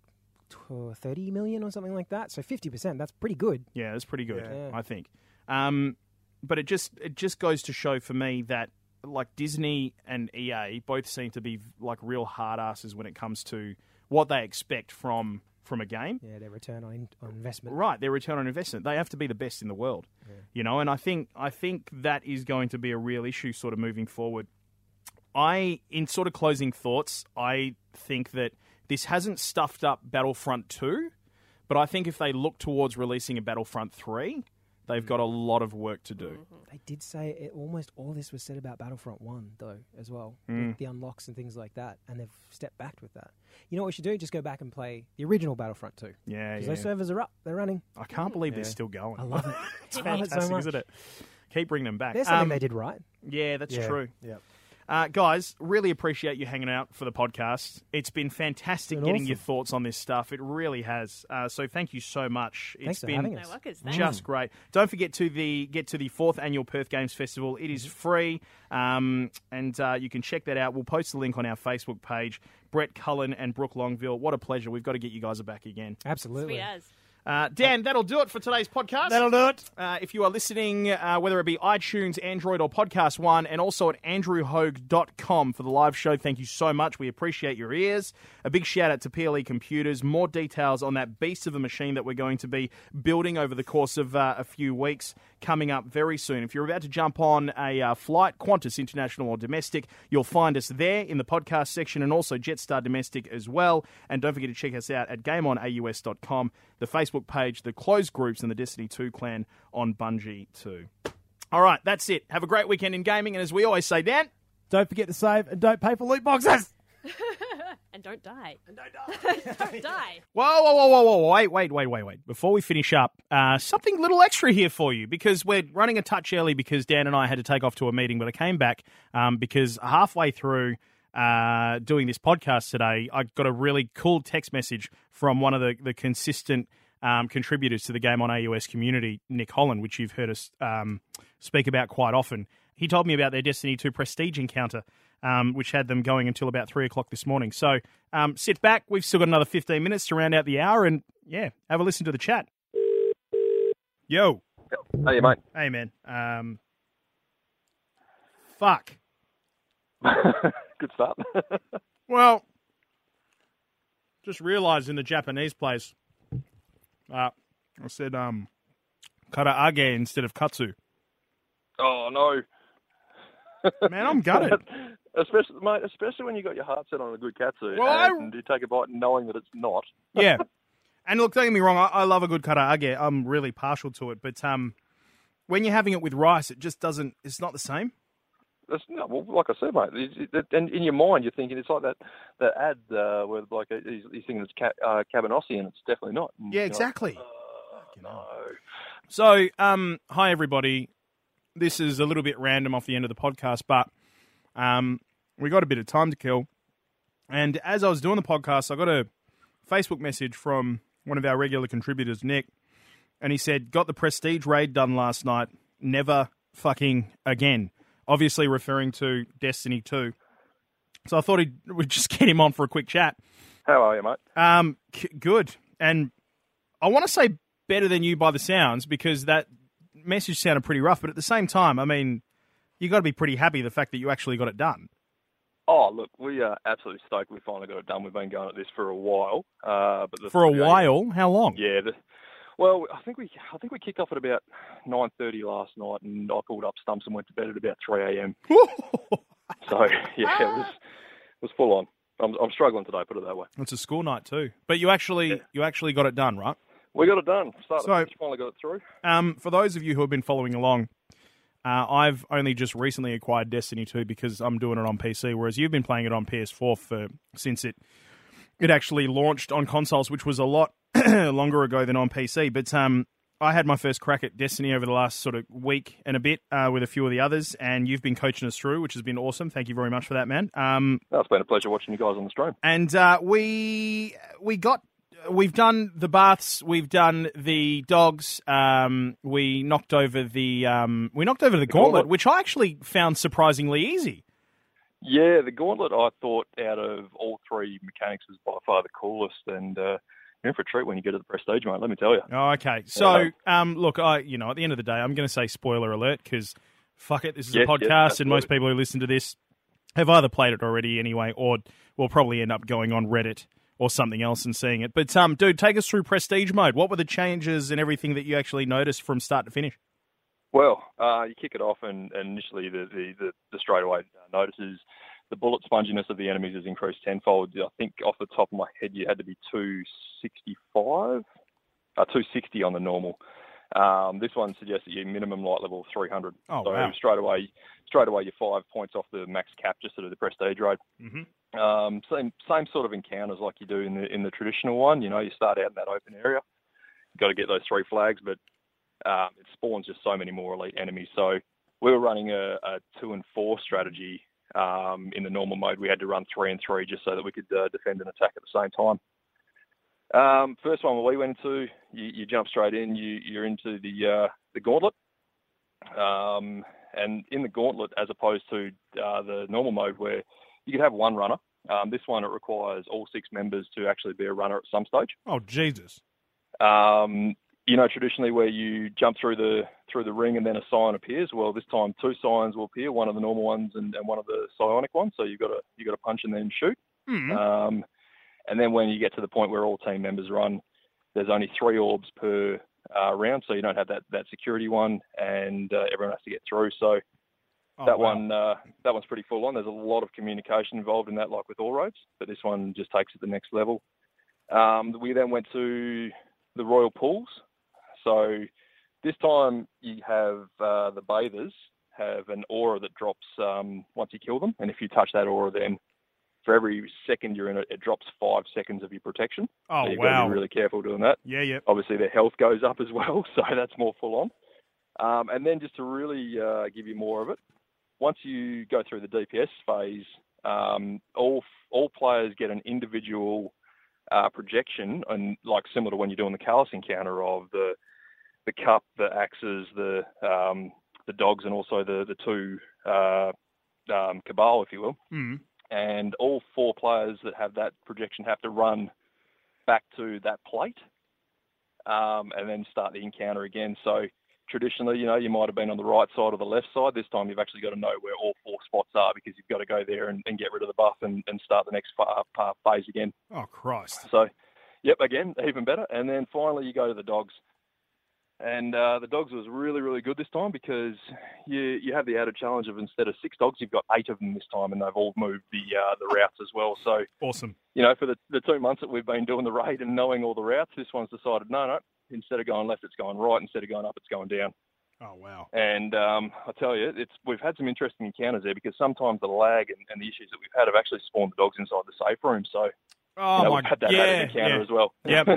Speaker 6: tw- thirty million or something like that. So fifty percent—that's pretty good.
Speaker 2: yeah, it's pretty good,
Speaker 6: Yeah.
Speaker 2: I think. Um, but it just it just goes to show for me that like Disney and EA both seem to be like real hard asses when it comes to what they expect from from a game.
Speaker 6: Yeah, their return on, in- on investment.
Speaker 2: Right, their return on investment. They have to be the best in the world, you know. And I think I think that is going to be a real issue, sort of moving forward. I, in sort of closing thoughts, I think that this hasn't stuffed up Battlefront Two, but I think if they look towards releasing a Battlefront Three,
Speaker 6: Hmm.
Speaker 2: they've got a lot of work to do.
Speaker 6: They did say it, almost all this was said about Battlefront One, though, as well,
Speaker 2: Hmm.
Speaker 6: with the unlocks and things like that. And they've stepped back with that. You know what we should do? Just go back and play the original Battlefront Two.
Speaker 2: Yeah,
Speaker 6: Because
Speaker 2: yeah.
Speaker 6: those servers are up; they're running.
Speaker 2: I can't believe they're still going. I
Speaker 6: love it.
Speaker 2: (laughs) it's
Speaker 6: I love it so
Speaker 2: fantastic,
Speaker 6: much.
Speaker 2: isn't it? Keep bringing them back.
Speaker 6: (laughs) There's something
Speaker 2: Um,
Speaker 6: they did right.
Speaker 2: Yeah, that's
Speaker 1: Yeah,
Speaker 2: true.
Speaker 1: yep.
Speaker 2: Uh, guys, really appreciate you hanging out for the podcast. It's been fantastic
Speaker 1: been
Speaker 2: getting
Speaker 1: awesome.
Speaker 2: your thoughts on this stuff. It really has. Uh, so thank you so much. It's
Speaker 6: Thanks for
Speaker 2: been
Speaker 6: having
Speaker 5: No
Speaker 6: us.
Speaker 5: workers. Thanks.
Speaker 2: just great. Don't forget to the get to the fourth annual Perth Games Festival. It
Speaker 6: Mm-hmm.
Speaker 2: is free, um, and uh, you can check that out. We'll post the link on our Facebook page. Brett Cullen and Brooke Longville. What a pleasure. We've got to get you guys back again.
Speaker 6: Absolutely.
Speaker 5: Sweet as.
Speaker 2: Uh, Dan, that'll do it for today's podcast. That'll do it. Uh, if you are listening, uh, whether it be iTunes, Android, or Podcast One, and also at andrewhogue.com for the live show, thank you so much. We appreciate your ears. A big shout out to PLE Computers. More details on that beast of a machine that we're going to be building over the course of uh, a few weeks coming up very soon. If you're about to jump on a uh, flight, Qantas International or Domestic, you'll find us there in the podcast section and also Jetstar Domestic as well. And don't forget to check us out at gameonaus.com, the Facebook page, the closed groups, and the Destiny 2 clan on Bungie 2. All right, that's it. Have a great weekend in gaming. And as we always say, Dan.
Speaker 1: Don't forget to save and don't pay for loot boxes.
Speaker 5: And don't die. And don't die. (laughs) don't die.
Speaker 2: Whoa, whoa, whoa, whoa, whoa, wait, wait, wait, wait, wait. Before we finish up, uh, something little extra here for you because we're running a touch early because Dan and I had to take off to a meeting, but I came back um, because halfway through uh, doing this podcast today, I got a really cool text message from one of the, the consistent um, contributors to the Game on AUS community, Nick Holland, which you've heard us um, speak about quite often. He told me about their Destiny 2 Prestige encounter, um, which had them going until about 3 o'clock this morning. So um, sit back. We've still got another 15 minutes to round out the hour and, yeah, have a listen to the chat. Yo.
Speaker 7: Oh, yeah, mate. (laughs)
Speaker 2: Hey, man. Um, fuck.
Speaker 7: Good start.
Speaker 2: Well, just realised in the Japanese place, uh, I said um, karaage instead of katsu.
Speaker 7: (laughs) oh no,
Speaker 2: Man, I'm gutted.
Speaker 7: (laughs) especially mate, especially when you got your heart set on a good katsu
Speaker 2: Well, I-
Speaker 7: and you take a bite knowing that it's not.
Speaker 2: yeah. And look, don't get me wrong, I, I love a good karaage. I'm really partial to it, but um, when you're having it with rice, it just doesn't. It's not the same.
Speaker 7: That's no, well, like I said, mate. It, it, and in your mind, you're thinking it's like that that ad uh, where like he's, he's thinking it's ca- uh, cabanossi and it's definitely not. And
Speaker 2: Yeah,
Speaker 7: you're like,
Speaker 2: exactly.
Speaker 7: no.
Speaker 2: So, um, hi everybody. This is a little bit random off the end of the podcast, but Um, we got a bit of time to kill. And as I was doing the podcast, I got a Facebook message from one of our regular contributors, Nick, and he said, Got the prestige raid done last night. Never fucking again. Obviously, referring to Destiny 2. So I thought he'd, we'd just (laughs) get him on for a quick chat.
Speaker 7: How are you, mate?
Speaker 2: Um, c- good. And I want to say better than you by the sounds because that message sounded pretty rough. But at the same time, I mean, you got to be pretty happy the fact that you actually got it done.
Speaker 7: Oh, look, we are absolutely stoked we finally got it done. We've been going at this for a while. Uh, but the
Speaker 2: For a while, how long?
Speaker 7: Yeah. The, well, I think we I think we kicked off at about nine thirty last night, and I pulled up stumps and went to bed at about three a.m. so (laughs) yeah, it was it was full on. I'm, I'm struggling today, put it that way.
Speaker 2: (laughs) It's a school night too. But you actually you actually got it done, right?
Speaker 7: We got it done. Started,
Speaker 2: So-
Speaker 7: finally got it through.
Speaker 2: Um, for those of you who have been following along, uh, I've only just recently acquired Destiny 2 because I'm doing it on PC, whereas you've been playing it on PS4 for since it it actually launched on consoles, which was a lot (clears throat) longer ago than on PC. But um, I had my first crack at Destiny over the last sort of week and a bit uh, with a few of the others, and you've been coaching us through, which has been awesome. Thank you very much for that, man. Um,
Speaker 7: No, it's been a pleasure watching you guys on the stream.
Speaker 2: and uh, we we got we've done the baths, we've done the dogs. Um, we knocked over the um, we knocked over the, gauntlet,
Speaker 7: gauntlet.
Speaker 2: which I actually found surprisingly easy.
Speaker 7: Yeah, the gauntlet I thought out of all three mechanics was by far the coolest, and uh, you're in for a treat when you get to the prestige, mate. Let me tell you.
Speaker 2: Oh, okay. So um, look, I you know at the end of the day, I'm going to say spoiler alert because fuck it, this is
Speaker 7: Yes,
Speaker 2: a
Speaker 7: yes,
Speaker 2: podcast, and most
Speaker 7: absolutely.
Speaker 2: people who listen to this have either played it already anyway, or will probably end up going on Reddit. Or something else and seeing it, but um, dude, take us through prestige mode. What were the changes and everything that you actually noticed from start to finish?
Speaker 7: Well, uh, you kick it off, and, and initially the, the, the, the straightaway uh, notices the bullet sponginess of the enemies has increased tenfold. I think off the top of my head, you had to be 265, uh, 260 on the normal. Um, this one suggests that you minimum light level of 300.
Speaker 2: Oh,
Speaker 7: so
Speaker 2: wow.
Speaker 7: straight away, straight away, you're five points off the max cap just to do the prestige rate.
Speaker 2: Mhm.
Speaker 7: Um, same same sort of encounters like you do in the in the traditional one. You know, you start out in that open area, got to get those three flags, but um, it spawns just so many more elite enemies. So we were running a, a two and four strategy um, in the normal mode. We had to run three and three just so that we could uh, defend and attack at the same time. Um, first one we went into, you, you jump straight in. You, you're into the uh, the gauntlet, um, and in the gauntlet, as opposed to uh, the normal mode where you could have one runner. Um, this one it requires all six members to actually be a runner at some stage
Speaker 2: Oh Jesus!
Speaker 7: um, you know, traditionally where you jump through the through the ring and then a sign appears. Well, this time two signs will appear, one of the normal ones and, and one of the psionic ones. So you've got to you got to punch and then shoot. Um, and then when you get to the point where all team members run, there's only three orbs per uh, round, so you don't have that, that security one, and uh, everyone has to get through. So
Speaker 2: Oh,
Speaker 7: that
Speaker 2: wow.
Speaker 7: one uh, that one's pretty full on. There's a lot of communication involved in that, like with all roads, but this one just takes it to the next level. Um, we then went to the Royal Pools. So this time you have uh, the bathers have an aura that drops um, once you kill them, and if you touch that aura, then for every second you're in it, it drops five seconds of your protection.
Speaker 2: Oh
Speaker 7: so you've got to
Speaker 2: wow!
Speaker 7: be really careful doing that
Speaker 2: yeah, yeah.
Speaker 7: obviously their health goes up as well, (laughs) so that's more full on. Um, and then just to really uh, give you more of it, once you go through the DPS phase, um, all all players get an individual uh, projection, and like similar to when you're doing the Callus encounter of the the cup, the axes, the um, the dogs, and also the the two uh, um, cabal, if you will
Speaker 2: Mm.
Speaker 7: and all four players that have that projection have to run back to that plate um, and then start the encounter again. So traditionally, you know, you might have been on the right side or the left side. This time you've actually got to know where all four spots are because you've got to go there and, and get rid of the buff and, and start the next fa- uh, phase again.
Speaker 2: Oh Christ!
Speaker 7: So, yep, again, even better. And then finally, you go to the dogs, and uh, the dogs was really, really good this time because you you have the added challenge of instead of six dogs, you've got eight of them this time, and they've all moved the uh, the routes as well. So,
Speaker 2: Awesome.
Speaker 7: you know, for the, the two months that we've been doing the raid and knowing all the routes, this one's decided no, no. Instead of going left, it's going right. Instead of going up, it's going down.
Speaker 2: Oh wow!
Speaker 7: And um, I tell you, it's we've had some interesting encounters there because sometimes the lag and, and the issues that we've had have actually spawned the dogs inside the safe room. So
Speaker 2: Oh
Speaker 7: you know,
Speaker 2: my
Speaker 7: we've
Speaker 2: god!
Speaker 7: had that added
Speaker 2: Yeah,
Speaker 7: encounter
Speaker 2: yeah,
Speaker 7: (laughs) as well.
Speaker 2: Yep.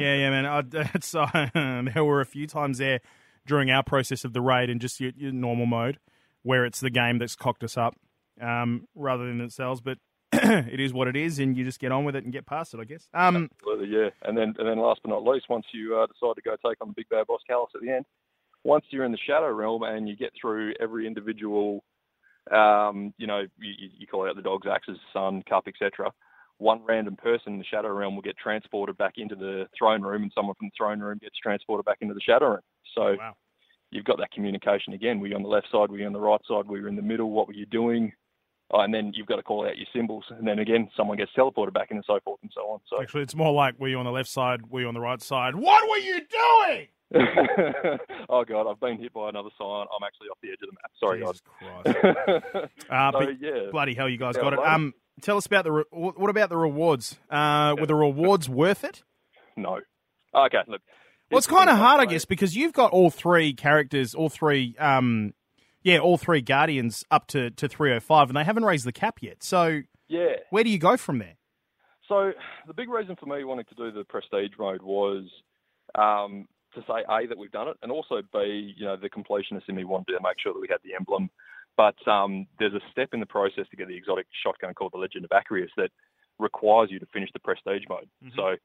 Speaker 2: yeah, yeah, man. I, (laughs) that's, uh, (laughs) there were a few times there during our process of the raid and just your, your normal mode where it's the game that's cocked us up. um, rather than it sells. But (clears throat) it is what it is, and you just get on with it and get past it, I guess. Um,
Speaker 7: Absolutely, yeah. And then, and then last but not least, once you uh, decide to go take on the big bad boss Callus at the end, once you're in the shadow realm and you get through every individual, um, you know, you, you- you call out the dog's axes, sun, cup, etc. One random person in the shadow realm will get transported back into the throne room, and someone from the throne room gets transported back into the shadow room.
Speaker 8: Oh,
Speaker 7: So you've got that communication again. Were you on the left side? Were you on the right side? Were you in the middle? What were you doing? Uh, and then you've got to call out your symbols, and then again, someone gets teleported back in, and so forth and so on. So
Speaker 8: Actually, it's more like were you on the left side, were you on the right side? What were you doing?
Speaker 7: (laughs) oh god, I've been hit by another sign. I'm actually off the edge of the map. Sorry,
Speaker 8: Jesus
Speaker 7: (laughs) guys. Christ.
Speaker 2: uh,
Speaker 7: so,
Speaker 2: but
Speaker 7: yeah.
Speaker 2: bloody hell, you guys
Speaker 7: Yeah,
Speaker 2: got it.
Speaker 7: bloody-
Speaker 2: Um, tell us about the re- wh- what about the rewards? Uh, were the rewards worth it?
Speaker 7: No. Okay, look.
Speaker 2: Well, it's kind of hard, I guess, because you've got all three characters, all three, um, yeah, all three guardians up to, to 305, and they haven't raised the cap yet. So
Speaker 7: Yeah.
Speaker 2: where do you go from there?
Speaker 7: So the big reason for me wanting to do the prestige mode was um, to say a that we've done it, and also b you know the completionist in me wanted to make sure that we had the emblem. But um, there's a step in the process to get the exotic shotgun called the Legend of Acreus that requires you to finish the prestige mode. So,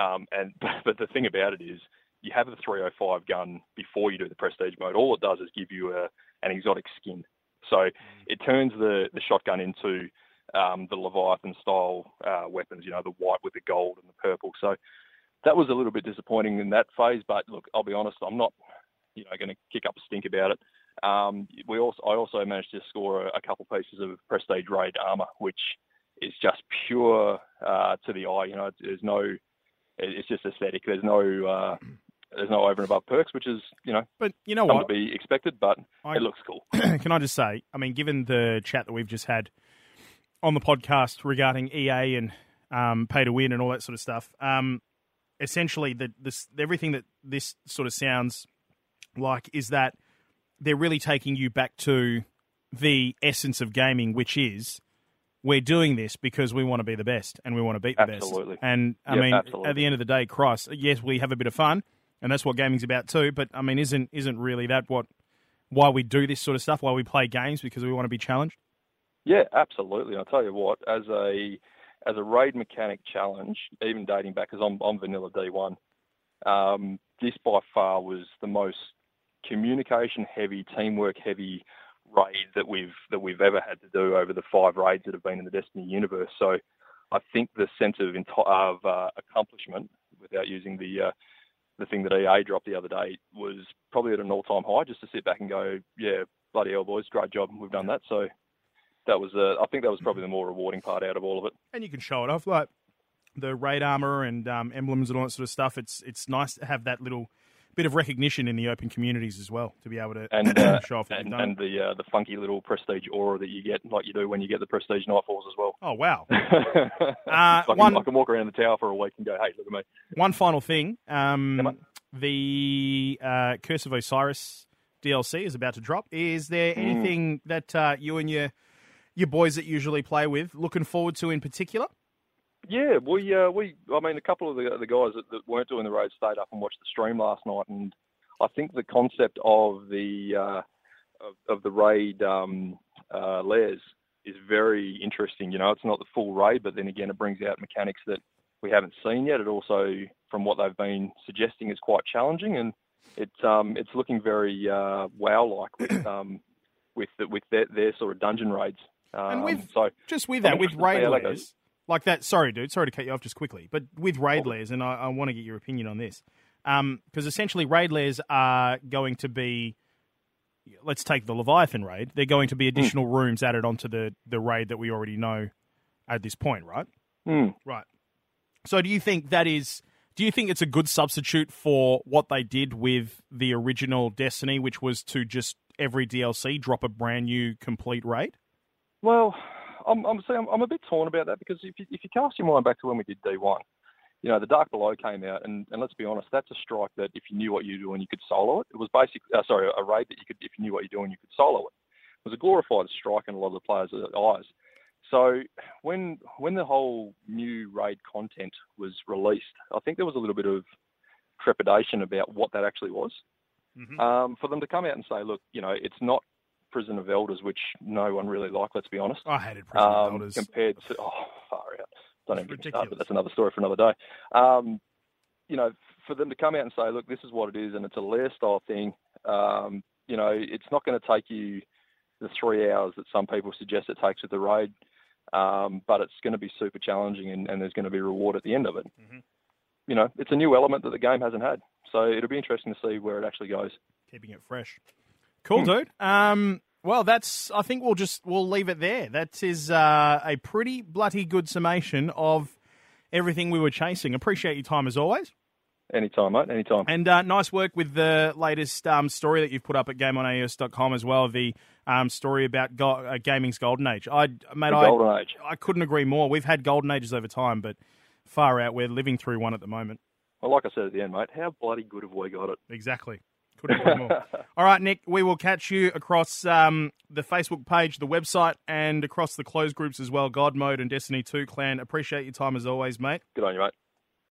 Speaker 7: um, and (laughs) but the thing about it is you have the 305 gun before you do the prestige mode. All it does is give you a, an exotic skin. So it turns the, the shotgun into um, the Leviathan style uh, weapons, you know, the white with the gold and the purple. So that was a little bit disappointing in that phase. But look, I'll be honest, I'm not, you know, going to kick up a stink about it. Um, we also, I also managed to score a, a couple pieces of Prestige Raid armor, which is just pure uh, to the eye. You know, there's no, it- it's just aesthetic. There's no, uh, there's no over and above perks, which is, you know,
Speaker 2: but you know
Speaker 7: come
Speaker 2: what?
Speaker 7: to be expected. But
Speaker 2: Oh, I-
Speaker 7: it looks cool.
Speaker 2: (clears throat) Can I just say, I mean, given the chat that we've just had on the podcast regarding EA and um, pay to win and all that sort of stuff, um, essentially, the, this, everything that this sort of sounds like is that they're really taking you back to the essence of gaming, which is we're doing this because we want to be the best and we want to beat the
Speaker 7: Absolutely.
Speaker 2: best. And I
Speaker 7: Yep,
Speaker 2: mean,
Speaker 7: absolutely.
Speaker 2: at the end of the day, Christ, yes, we have a bit of fun, and that's what gaming's about too. But I mean, isn't isn't really that what why we do this sort of stuff? Why we play games because we want to be challenged?
Speaker 7: Yeah, absolutely. I'll tell you what, as a as a raid mechanic challenge, even dating back, because I'm, I'm vanilla D1, um, this by far was the most communication heavy, teamwork heavy raid that we've that we've ever had to do over the five raids that have been in the Destiny universe. So I think the sense of enti- of uh, accomplishment, without using the uh, the thing that EA dropped the other day, was probably at an all time high. Just to sit back and go, yeah, bloody hell, boys, great job, we've done that. So that was uh, I think that was probably the more rewarding part out of all of it.
Speaker 2: And you can show it off like the raid armor and um, emblems and all that sort of stuff. It's it's nice to have that little bit of recognition in the open communities as well to be able to (coughs)
Speaker 7: And uh,
Speaker 2: show off. what you've
Speaker 7: and,
Speaker 2: done.
Speaker 7: and the uh, the funky little prestige aura that you get, like you do when you get the prestige nightfalls as well. (laughs)
Speaker 2: oh wow.
Speaker 7: I,
Speaker 2: Uh,
Speaker 7: can,
Speaker 2: one
Speaker 7: I can walk around the tower for a week and go, hey, look at me.
Speaker 2: One final thing. Um, the uh, Curse of Osiris DLC is about to drop. Is there anything that uh, you and your your boys that usually play with looking forward to in particular?
Speaker 7: Yeah, we uh, we I mean a couple of the the guys that, that weren't doing the road stayed up and watched the stream last night, and I think the concept of the uh, of, of the raid um, uh, layers is very interesting. You know, it's not the full raid, but then again, it brings out mechanics that we haven't seen yet. It also, from what they've been suggesting, is quite challenging, and it's um, it's looking very uh, wow
Speaker 2: (clears throat)
Speaker 7: like with um, with the, with their, their sort of dungeon raids. Um,
Speaker 2: And with-
Speaker 7: so
Speaker 2: Just with
Speaker 7: I'm
Speaker 2: that, with
Speaker 7: interested to see
Speaker 2: raid
Speaker 7: how that
Speaker 2: layers like that. Sorry, dude. Sorry to cut you off just quickly, but with raid layers, and I, I want to get your opinion on this because essentially raid layers are going to be. Let's take the Leviathan raid. They're going to be additional rooms added onto the the raid that we already know at this point, right?
Speaker 7: Hmm.
Speaker 2: Right. So do you think that is do you think it's a good substitute for what they did with the original Destiny, which was to just every DLC drop a brand new complete raid?
Speaker 7: Well, I'm I'm, see, I'm I'm a bit torn about that because if you, if you cast your mind back to when we did D1, you know the Dark Below came out, and, and let's be honest, that's a strike that if you knew what you were doing, you could solo it. It was basically uh, sorry, a raid that you could if you knew what you're doing, you could solo it. It was a glorified strike in a lot of the players' eyes. So when when the whole new raid content was released, I think there was a little bit of trepidation about what that actually was. Um, for them to come out and say, look, you know, it's not Prison of Elders, which no one really liked. Let's be honest.
Speaker 2: I hated Prison of
Speaker 7: Um,
Speaker 2: Elders.
Speaker 7: Compared to oh, far out. Don't even get me started,
Speaker 2: ridiculous.
Speaker 7: but that's another story for another day. Um, you know, for them to come out and say, look, this is what it is, and it's a lifestyle thing. Um, you know, it's not going to take you the three hours that some people suggest it takes with the road, um, but it's going to be super challenging, and, and there's going to be reward at the end of it.
Speaker 2: Mm-hmm.
Speaker 7: You know, it's a new element that the game hasn't had, so it'll be interesting to see where it actually goes.
Speaker 2: Keeping it fresh. Cool, dude. Um, well, that's. I think we'll just we'll leave it there. That is uh, a pretty bloody good summation of everything we were chasing. Appreciate your time as always,
Speaker 7: Anytime, mate. Anytime.
Speaker 2: and uh, nice work with the latest um, story that you've put up at GameOnAES.com as well. The um, story about go- uh, gaming's golden age. I mate,
Speaker 7: The
Speaker 2: I
Speaker 7: golden age.
Speaker 2: I couldn't agree more. We've had golden ages over time, but far out, we're living through one at the moment.
Speaker 7: Well, like I said at the end, mate, how bloody good have we got it?
Speaker 2: Exactly. Couldn't agree more. All right, Nick, we will catch you across um, the Facebook page, the website, and across the closed groups as well. God Mode and Destiny 2 Clan. Appreciate your time as always, mate.
Speaker 7: Good on you, mate.